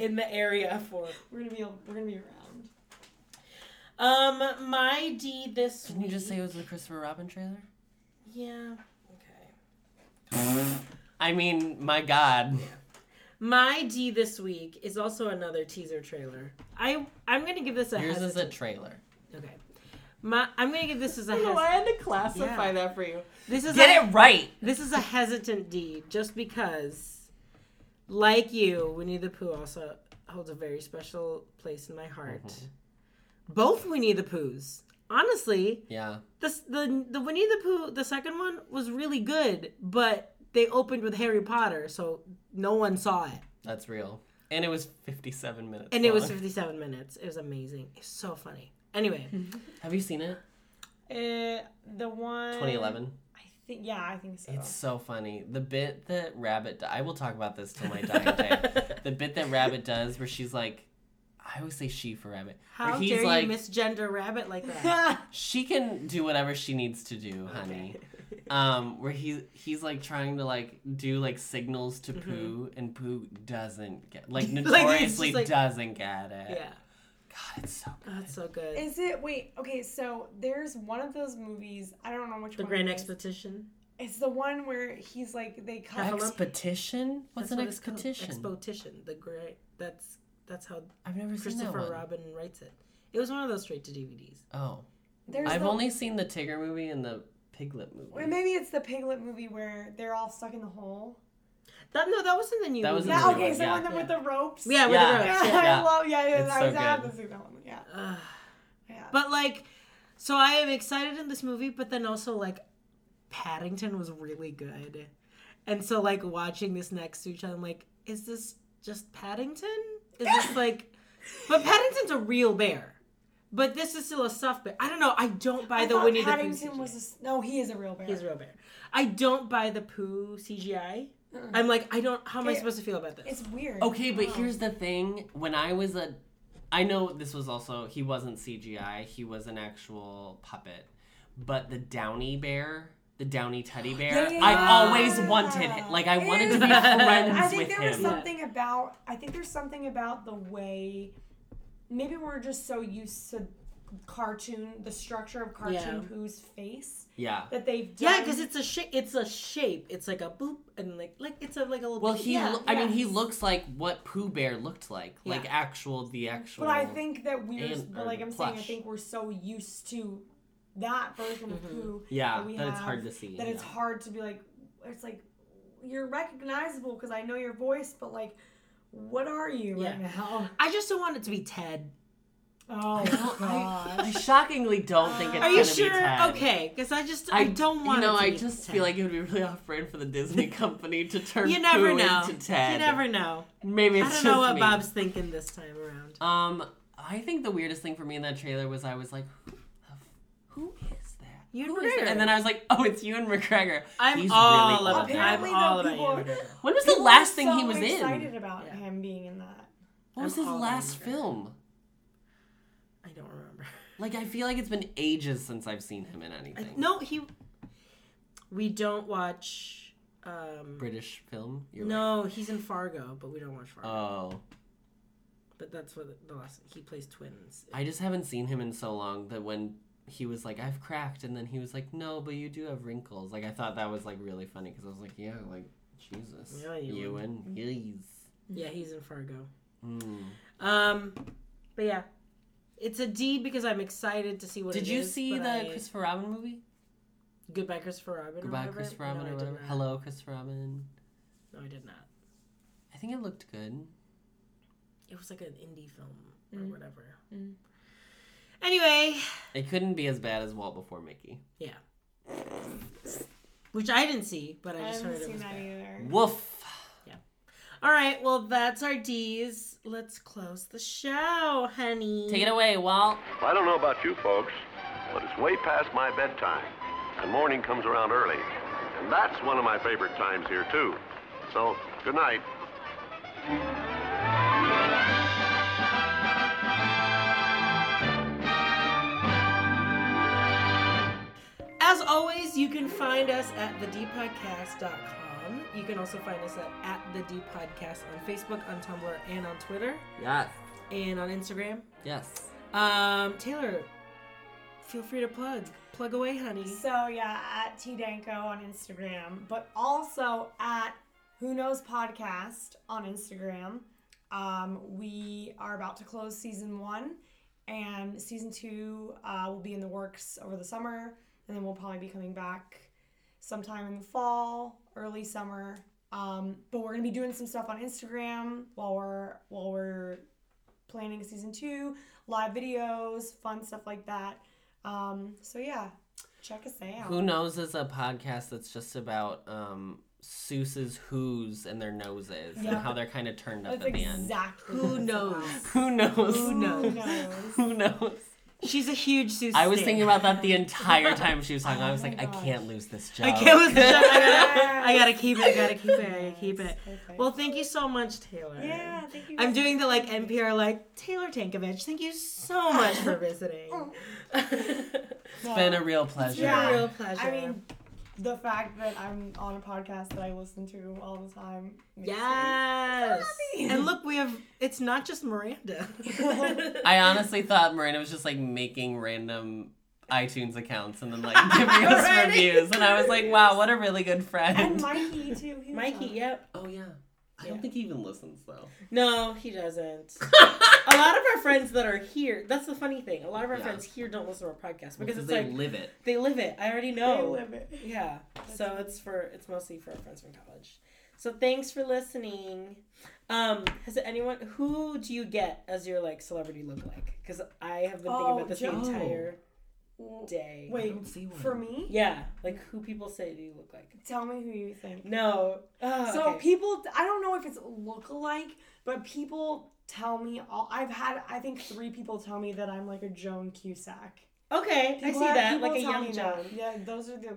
[SPEAKER 5] in the area for.
[SPEAKER 6] We're gonna be. We're gonna be around.
[SPEAKER 5] Um, my D this.
[SPEAKER 4] Didn't you just say
[SPEAKER 5] week-
[SPEAKER 4] it was the Christopher Robin trailer?
[SPEAKER 5] Yeah. Okay.
[SPEAKER 4] I mean, my god.
[SPEAKER 5] My D this week is also another teaser trailer. I I'm gonna give this a.
[SPEAKER 4] Yours is a
[SPEAKER 5] hesitant-
[SPEAKER 4] trailer.
[SPEAKER 5] Okay. My I'm gonna give this as a.
[SPEAKER 4] No,
[SPEAKER 5] Hes-
[SPEAKER 4] had to classify
[SPEAKER 5] Yeah.
[SPEAKER 4] that for you.
[SPEAKER 5] this is a,
[SPEAKER 4] Get it right.
[SPEAKER 5] This is a hesitant D, just because, like you, Winnie the Pooh also holds a very special place in my heart.
[SPEAKER 4] Mm-hmm.
[SPEAKER 5] Both Winnie the Poohs, honestly,
[SPEAKER 4] Yeah.
[SPEAKER 5] the, the the Winnie the Pooh, the second one was really good, but they opened with Harry Potter, so no one saw it,
[SPEAKER 4] That's real. And it was 57 minutes.
[SPEAKER 5] and it was
[SPEAKER 4] long.
[SPEAKER 5] 57 minutes. It was amazing. It's so funny. Anyway,
[SPEAKER 4] Have you seen it?
[SPEAKER 6] Uh, the one.
[SPEAKER 4] 2011.
[SPEAKER 6] I think. Yeah, I think so.
[SPEAKER 4] It's so funny. The bit that Rabbit di- I will talk about this till my dying
[SPEAKER 5] <laughs>
[SPEAKER 4] day. The bit that Rabbit does where she's like I always say she for Rabbit. where
[SPEAKER 5] how
[SPEAKER 4] he's
[SPEAKER 5] dare
[SPEAKER 4] like,
[SPEAKER 5] you misgender Rabbit like that?
[SPEAKER 4] <laughs> she can do whatever she needs to do,
[SPEAKER 5] <laughs>
[SPEAKER 4] honey. Um, where he he's like trying to like do like signals to
[SPEAKER 5] Mm-hmm.
[SPEAKER 4] Pooh, and Pooh doesn't get
[SPEAKER 5] <laughs>
[SPEAKER 4] like
[SPEAKER 5] it's
[SPEAKER 4] notoriously
[SPEAKER 5] just like-
[SPEAKER 4] doesn't get it.
[SPEAKER 5] yeah, Uh,
[SPEAKER 4] God, it's so good.
[SPEAKER 5] that's so good.
[SPEAKER 6] Is it? Wait. Okay. So there's one of those movies. I don't know which
[SPEAKER 5] the
[SPEAKER 6] one.
[SPEAKER 5] Grand
[SPEAKER 6] it is.
[SPEAKER 5] Expedition.
[SPEAKER 6] It's the one where he's like they cut him up.
[SPEAKER 4] Expedition? What's
[SPEAKER 5] That's
[SPEAKER 4] an
[SPEAKER 5] what it's called.
[SPEAKER 4] expedition?
[SPEAKER 5] Expotition. The great. That's that's how
[SPEAKER 4] I've never seen that
[SPEAKER 5] Christopher
[SPEAKER 4] one.
[SPEAKER 5] Robin writes it. It was one of those straight to DVDs.
[SPEAKER 4] Oh,
[SPEAKER 6] There's
[SPEAKER 4] I've
[SPEAKER 6] the-
[SPEAKER 4] only seen the Tigger movie and the Piglet movie.
[SPEAKER 6] Well, maybe it's the Piglet movie where they're all stuck in the hole.
[SPEAKER 5] That no, that was in the new.
[SPEAKER 4] That was
[SPEAKER 5] movie.
[SPEAKER 4] in
[SPEAKER 6] Yeah,
[SPEAKER 4] the new
[SPEAKER 6] okay,
[SPEAKER 4] one,
[SPEAKER 6] so
[SPEAKER 4] yeah,
[SPEAKER 6] one with the ropes.
[SPEAKER 5] Yeah, with
[SPEAKER 4] Yeah. <laughs>
[SPEAKER 5] the ropes. Yeah.
[SPEAKER 6] I
[SPEAKER 4] Yeah.
[SPEAKER 6] love. Yeah, yeah,
[SPEAKER 4] It's
[SPEAKER 6] I,
[SPEAKER 4] so
[SPEAKER 6] I have
[SPEAKER 4] good.
[SPEAKER 6] to see that one. Yeah,
[SPEAKER 5] Ugh.
[SPEAKER 6] yeah.
[SPEAKER 5] <laughs> But like, so I am excited in this movie, but then also like, Paddington was really good, and so like watching this next to each other, I'm like, is this just Paddington?
[SPEAKER 4] <laughs>
[SPEAKER 5] Is this like, but Paddington's a real bear. But this is still a stuffed bear. I don't know. I don't buy
[SPEAKER 6] I
[SPEAKER 5] the
[SPEAKER 6] thought
[SPEAKER 5] Winnie the Pooh.
[SPEAKER 6] Paddington
[SPEAKER 5] CGI.
[SPEAKER 6] was a, s- no, he is a real bear.
[SPEAKER 5] He's a real bear. I don't buy the poo CGI. I'm like, I don't. How am I
[SPEAKER 6] Mm. It-
[SPEAKER 5] supposed to feel about this?
[SPEAKER 6] It's weird.
[SPEAKER 4] Okay, but here's the thing. When I was a, I know this was also he wasn't CGI. He was an actual puppet, but the Downy bear, the Downy
[SPEAKER 6] <gasps>
[SPEAKER 4] teddy bear,
[SPEAKER 6] Yeah.
[SPEAKER 4] I always wanted him. Like I wanted to be
[SPEAKER 5] Ew.
[SPEAKER 4] friends
[SPEAKER 6] <laughs> I think
[SPEAKER 4] with
[SPEAKER 6] there
[SPEAKER 4] him.
[SPEAKER 6] was something about. I think there's something about the way. Maybe we're just so used to cartoon, the structure of cartoon
[SPEAKER 5] Yeah.
[SPEAKER 6] Pooh's face
[SPEAKER 4] Yeah.
[SPEAKER 6] that they've done.
[SPEAKER 5] Yeah, because it's a shape. It's a shape. It's like a boop and like like it's a like a little.
[SPEAKER 4] Well, he.
[SPEAKER 5] Yeah.
[SPEAKER 4] lo- I mean, he
[SPEAKER 6] yes.
[SPEAKER 4] looks like what Pooh Bear looked like, like
[SPEAKER 5] Yeah.
[SPEAKER 4] actual the actual.
[SPEAKER 6] But I think that we're,
[SPEAKER 4] And-
[SPEAKER 6] but like
[SPEAKER 4] or
[SPEAKER 6] I'm saying, I
[SPEAKER 4] plush.
[SPEAKER 6] think we're so used to that version of
[SPEAKER 5] Mm-hmm.
[SPEAKER 6] Pooh.
[SPEAKER 4] Yeah,
[SPEAKER 6] we
[SPEAKER 4] that it's
[SPEAKER 6] have,
[SPEAKER 4] hard to see,
[SPEAKER 6] That it's
[SPEAKER 4] yeah.
[SPEAKER 6] hard to be like, it's like you're recognizable because I know your voice, but like, what are you right
[SPEAKER 5] Yeah. <laughs>
[SPEAKER 6] now?
[SPEAKER 5] I just don't want it to be Ted.
[SPEAKER 6] Oh
[SPEAKER 5] <laughs>
[SPEAKER 6] God.
[SPEAKER 4] I shockingly don't
[SPEAKER 6] <gasps>
[SPEAKER 4] think it's
[SPEAKER 5] Are you
[SPEAKER 4] gonna
[SPEAKER 5] sure?
[SPEAKER 4] be Ted.
[SPEAKER 5] Okay, because I just I, don't want.
[SPEAKER 4] You know,
[SPEAKER 5] it to
[SPEAKER 4] I
[SPEAKER 5] be
[SPEAKER 4] just
[SPEAKER 5] Ted.
[SPEAKER 4] feel like it would be really off-brand for the
[SPEAKER 5] <laughs>
[SPEAKER 4] Disney company to turn
[SPEAKER 5] you never
[SPEAKER 4] Pooh
[SPEAKER 5] know.
[SPEAKER 4] into Ted.
[SPEAKER 5] You never know.
[SPEAKER 4] Maybe
[SPEAKER 5] I
[SPEAKER 4] it's just
[SPEAKER 5] don't know what
[SPEAKER 4] me.
[SPEAKER 5] Bob's thinking this time around.
[SPEAKER 4] Um, I think the weirdest thing for me in that trailer was I was like, who, the f- who is that?
[SPEAKER 5] Ewan
[SPEAKER 4] Who is that?
[SPEAKER 5] McGregor.
[SPEAKER 4] And then I was like, oh, it's Ewan McGregor.
[SPEAKER 5] I'm
[SPEAKER 4] He's
[SPEAKER 5] all
[SPEAKER 4] really
[SPEAKER 5] about
[SPEAKER 4] old
[SPEAKER 5] that.
[SPEAKER 4] now.
[SPEAKER 5] I'm
[SPEAKER 6] Apparently,
[SPEAKER 5] all
[SPEAKER 6] though,
[SPEAKER 5] about
[SPEAKER 6] people are-
[SPEAKER 5] you.
[SPEAKER 4] When was the
[SPEAKER 6] people are
[SPEAKER 4] last thing he
[SPEAKER 6] so
[SPEAKER 4] was
[SPEAKER 6] Excited
[SPEAKER 4] in?
[SPEAKER 6] about
[SPEAKER 5] Yeah.
[SPEAKER 6] him being in that.
[SPEAKER 4] What was
[SPEAKER 5] I'm
[SPEAKER 4] his
[SPEAKER 5] all about
[SPEAKER 4] last
[SPEAKER 5] Ewan McGregor.
[SPEAKER 4] film?
[SPEAKER 5] I don't remember.
[SPEAKER 4] Like, I feel like it's been ages since I've seen him in
[SPEAKER 5] I,
[SPEAKER 4] anything.
[SPEAKER 5] no, he. We don't watch. Um,
[SPEAKER 4] British film. You're
[SPEAKER 5] no, he's in Fargo, but we don't watch Fargo.
[SPEAKER 4] Right. Oh,
[SPEAKER 5] But that's what the last he plays twins.
[SPEAKER 4] I just haven't seen him in so long that when he was like, I've cracked, and then he was like, No, but you do have wrinkles. Like, I thought that was like really funny because I was like, Yeah, like Jesus,
[SPEAKER 5] Yeah, Ewan.
[SPEAKER 4] Ewan, yes.
[SPEAKER 5] Yeah, he's in Fargo.
[SPEAKER 4] Mm.
[SPEAKER 5] Um, but yeah, it's a D because I'm excited to see what.
[SPEAKER 4] Did
[SPEAKER 5] it
[SPEAKER 4] you
[SPEAKER 5] is,
[SPEAKER 4] see
[SPEAKER 5] but
[SPEAKER 4] the
[SPEAKER 5] I-
[SPEAKER 4] Christopher Robin movie?
[SPEAKER 5] Goodbye Christopher Robin? or
[SPEAKER 4] Goodbye,
[SPEAKER 5] whatever?
[SPEAKER 4] Christopher Robin,
[SPEAKER 5] No, I
[SPEAKER 4] or
[SPEAKER 5] did
[SPEAKER 4] whatever.
[SPEAKER 5] not.
[SPEAKER 4] Hello, Christopher Robin.
[SPEAKER 5] No, I did not.
[SPEAKER 4] I think it looked good.
[SPEAKER 5] It was like an indie film or
[SPEAKER 4] Mm.
[SPEAKER 5] whatever. Anyway,
[SPEAKER 4] It couldn't be as bad as Walt Before Mickey.
[SPEAKER 5] yeah. Which I didn't see, but I
[SPEAKER 6] I
[SPEAKER 5] just heard
[SPEAKER 6] haven't
[SPEAKER 5] it
[SPEAKER 6] seen
[SPEAKER 5] was
[SPEAKER 6] that
[SPEAKER 5] bad.
[SPEAKER 6] either.
[SPEAKER 4] Woof.
[SPEAKER 5] All right, well that's our D's. Let's close the show, honey.
[SPEAKER 4] Take it away, Walt.
[SPEAKER 7] I don't know about you folks, but it's way past my bedtime, and morning comes around early. And that's one of my favorite times here, too. So Good night.
[SPEAKER 5] As always, you can find us at thedpodcast.com. You can also find us at, at the D Podcast on Facebook, on Tumblr, and on Twitter,
[SPEAKER 4] Yes.
[SPEAKER 5] and on Instagram.
[SPEAKER 4] Yes.
[SPEAKER 5] Um, Taylor, feel free to plug. Plug away, honey.
[SPEAKER 6] So yeah, at T Danko on Instagram, but also at Who Knows Podcast on Instagram. Um, we are about to close season one, and season two uh, will be in the works over the summer, and then we'll probably be coming back sometime in the fall, early summer. Um, but we're gonna be doing some stuff on Instagram while we're while we're planning season two, live videos, fun stuff like that. Um, so yeah, check us out.
[SPEAKER 4] Who knows is a podcast that's just about um Seuss's who's and their noses and
[SPEAKER 6] Yeah.
[SPEAKER 4] how they're kind of turned up
[SPEAKER 6] That's
[SPEAKER 4] at the end.
[SPEAKER 6] exactly.
[SPEAKER 5] Who
[SPEAKER 6] what it's
[SPEAKER 5] knows?
[SPEAKER 6] about.
[SPEAKER 4] Who knows? Who
[SPEAKER 6] Who
[SPEAKER 4] knows?
[SPEAKER 6] knows?
[SPEAKER 4] Who knows?
[SPEAKER 5] She's a huge Susie.
[SPEAKER 4] I was
[SPEAKER 5] <laughs>
[SPEAKER 4] thinking about that the entire time she was talking. I was like, I
[SPEAKER 6] gosh.
[SPEAKER 4] can't lose this job.
[SPEAKER 5] I can't listen. to that. I gotta, I
[SPEAKER 6] <laughs>
[SPEAKER 5] gotta keep it. I gotta keep it. I gotta keep it.
[SPEAKER 6] Perfect.
[SPEAKER 5] Well, thank you so much, Taylor.
[SPEAKER 6] yeah, thank you.
[SPEAKER 5] I'm
[SPEAKER 6] guys.
[SPEAKER 5] doing the like NPR like Taylor Tankovich. Thank you so much
[SPEAKER 6] <laughs>
[SPEAKER 5] for visiting. <laughs>
[SPEAKER 4] It's been a real pleasure.
[SPEAKER 5] been a
[SPEAKER 6] Oh. Yeah.
[SPEAKER 5] real pleasure. <laughs>
[SPEAKER 6] I mean, the fact that I'm on a podcast that I listen to all the time. makes me-
[SPEAKER 5] yes. And look, we have. It's not just Miranda.
[SPEAKER 4] I honestly thought Miranda was just like making random iTunes accounts and then like giving us
[SPEAKER 5] Alrighty.
[SPEAKER 4] reviews, and I was like, wow, what a really good
[SPEAKER 6] And
[SPEAKER 4] friend.
[SPEAKER 6] Mikey too. He
[SPEAKER 5] <laughs>
[SPEAKER 6] was
[SPEAKER 5] Mikey,
[SPEAKER 6] on.
[SPEAKER 5] yep.
[SPEAKER 4] Oh yeah. I don't think he even listens though.
[SPEAKER 5] No, he <laughs> doesn't. a lot of our friends that are here. That's the funny thing. A lot of our
[SPEAKER 4] Yeah.
[SPEAKER 5] friends here don't listen to our podcast because
[SPEAKER 4] Because
[SPEAKER 5] it's
[SPEAKER 4] they
[SPEAKER 5] like
[SPEAKER 4] live it.
[SPEAKER 5] they live it. I already know.
[SPEAKER 6] I love it.
[SPEAKER 5] Yeah. So it's for it's mostly for our friends from college. So thanks for listening. Um, has anyone who do you get as your like celebrity look like? Because I have been thinking
[SPEAKER 6] Oh,
[SPEAKER 5] about this
[SPEAKER 6] Joe.
[SPEAKER 5] the entire day.
[SPEAKER 6] Wait,
[SPEAKER 4] see one.
[SPEAKER 6] for me?
[SPEAKER 5] Yeah, like who people say do you look like?
[SPEAKER 6] Tell me who you think.
[SPEAKER 5] No. Oh,
[SPEAKER 6] So
[SPEAKER 5] okay.
[SPEAKER 6] people, I don't know if it's look-alike, but people tell me all. I've had, I think, three people tell me that I'm like a Joan Cusack.
[SPEAKER 5] Okay, I see
[SPEAKER 6] People have-
[SPEAKER 5] that.
[SPEAKER 6] people
[SPEAKER 5] Like a
[SPEAKER 6] tell me
[SPEAKER 5] young
[SPEAKER 6] that.
[SPEAKER 5] John.
[SPEAKER 6] Yeah, those are the.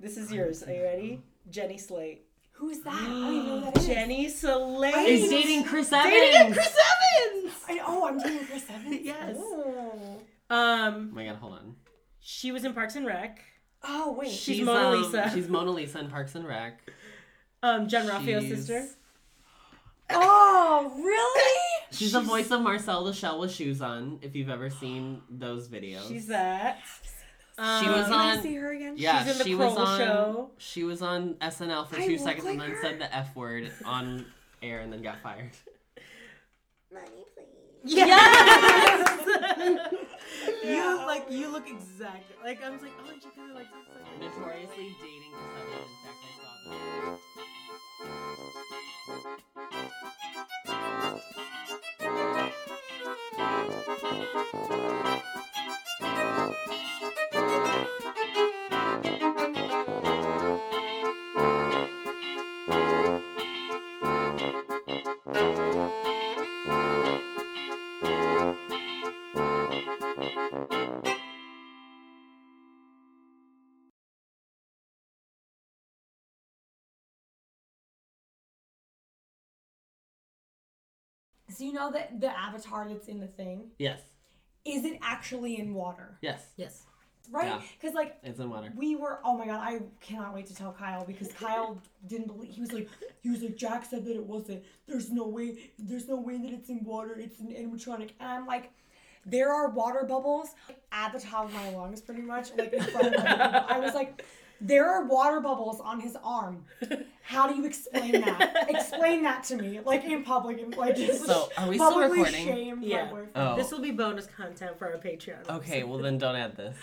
[SPEAKER 5] This is yours. Are you ready? Jenny Slate.
[SPEAKER 6] Who's
[SPEAKER 5] <gasps>
[SPEAKER 6] that? I don't even know who that is.
[SPEAKER 5] Jenny Slate
[SPEAKER 6] I Is dating
[SPEAKER 4] Chris
[SPEAKER 5] dating Chris Evans.
[SPEAKER 6] I, oh, I'm doing
[SPEAKER 5] <laughs>
[SPEAKER 6] Chris Evans.
[SPEAKER 5] Yes.
[SPEAKER 6] Oh,
[SPEAKER 4] Oh
[SPEAKER 5] Um,
[SPEAKER 4] my god, hold on.
[SPEAKER 5] she was in Parks and Rec.
[SPEAKER 6] Oh, wait.
[SPEAKER 5] She's Mona
[SPEAKER 4] um,
[SPEAKER 5] Lisa.
[SPEAKER 4] She's Mona Lisa in Parks and Rec.
[SPEAKER 5] Um, John Raphael's
[SPEAKER 4] She's-
[SPEAKER 5] sister.
[SPEAKER 6] <laughs> oh, really?
[SPEAKER 4] She's the voice of Marcel Lachelle with shoes on. If you've ever seen those videos,
[SPEAKER 5] She's that.
[SPEAKER 4] she was
[SPEAKER 5] Um,
[SPEAKER 6] Can I
[SPEAKER 4] on.
[SPEAKER 6] see her again?
[SPEAKER 4] Yeah,
[SPEAKER 5] She's in The
[SPEAKER 4] she was
[SPEAKER 5] Kroll
[SPEAKER 4] on.
[SPEAKER 5] Show.
[SPEAKER 4] She was on SNL for
[SPEAKER 6] I
[SPEAKER 4] two
[SPEAKER 6] look
[SPEAKER 4] seconds and
[SPEAKER 6] like
[SPEAKER 4] then
[SPEAKER 6] her.
[SPEAKER 4] said the f word on air and then got fired.
[SPEAKER 5] <laughs> Yes. You like you look exactly like I was like oh she kind of like looks like
[SPEAKER 4] Notoriously dating Chris Evans. In fact, I saw them.
[SPEAKER 6] So you know that the avatar that's in the thing
[SPEAKER 4] Yes.
[SPEAKER 6] is it actually in water,
[SPEAKER 4] Yes.
[SPEAKER 5] yes
[SPEAKER 6] right?
[SPEAKER 4] Yeah.
[SPEAKER 6] Because like
[SPEAKER 4] It's in water.
[SPEAKER 6] we were. Oh my god, I cannot wait to tell Kyle because Kyle <laughs> didn't believe. He was like, he was like, Jack said that it wasn't. There's no way. There's no way that it's in water. It's an animatronic. And I'm like. There are water bubbles at the top of my lungs, pretty much, like in front of my. I was like, there are water bubbles on his arm. How do you explain that? explain that to me, like in public, and like
[SPEAKER 4] So, are we still
[SPEAKER 6] publicly
[SPEAKER 4] recording?
[SPEAKER 6] shamed my
[SPEAKER 5] Yeah.
[SPEAKER 6] boyfriend.
[SPEAKER 4] Oh.
[SPEAKER 5] this will be bonus content for our Patreon
[SPEAKER 4] Okay. Well, then don't add this.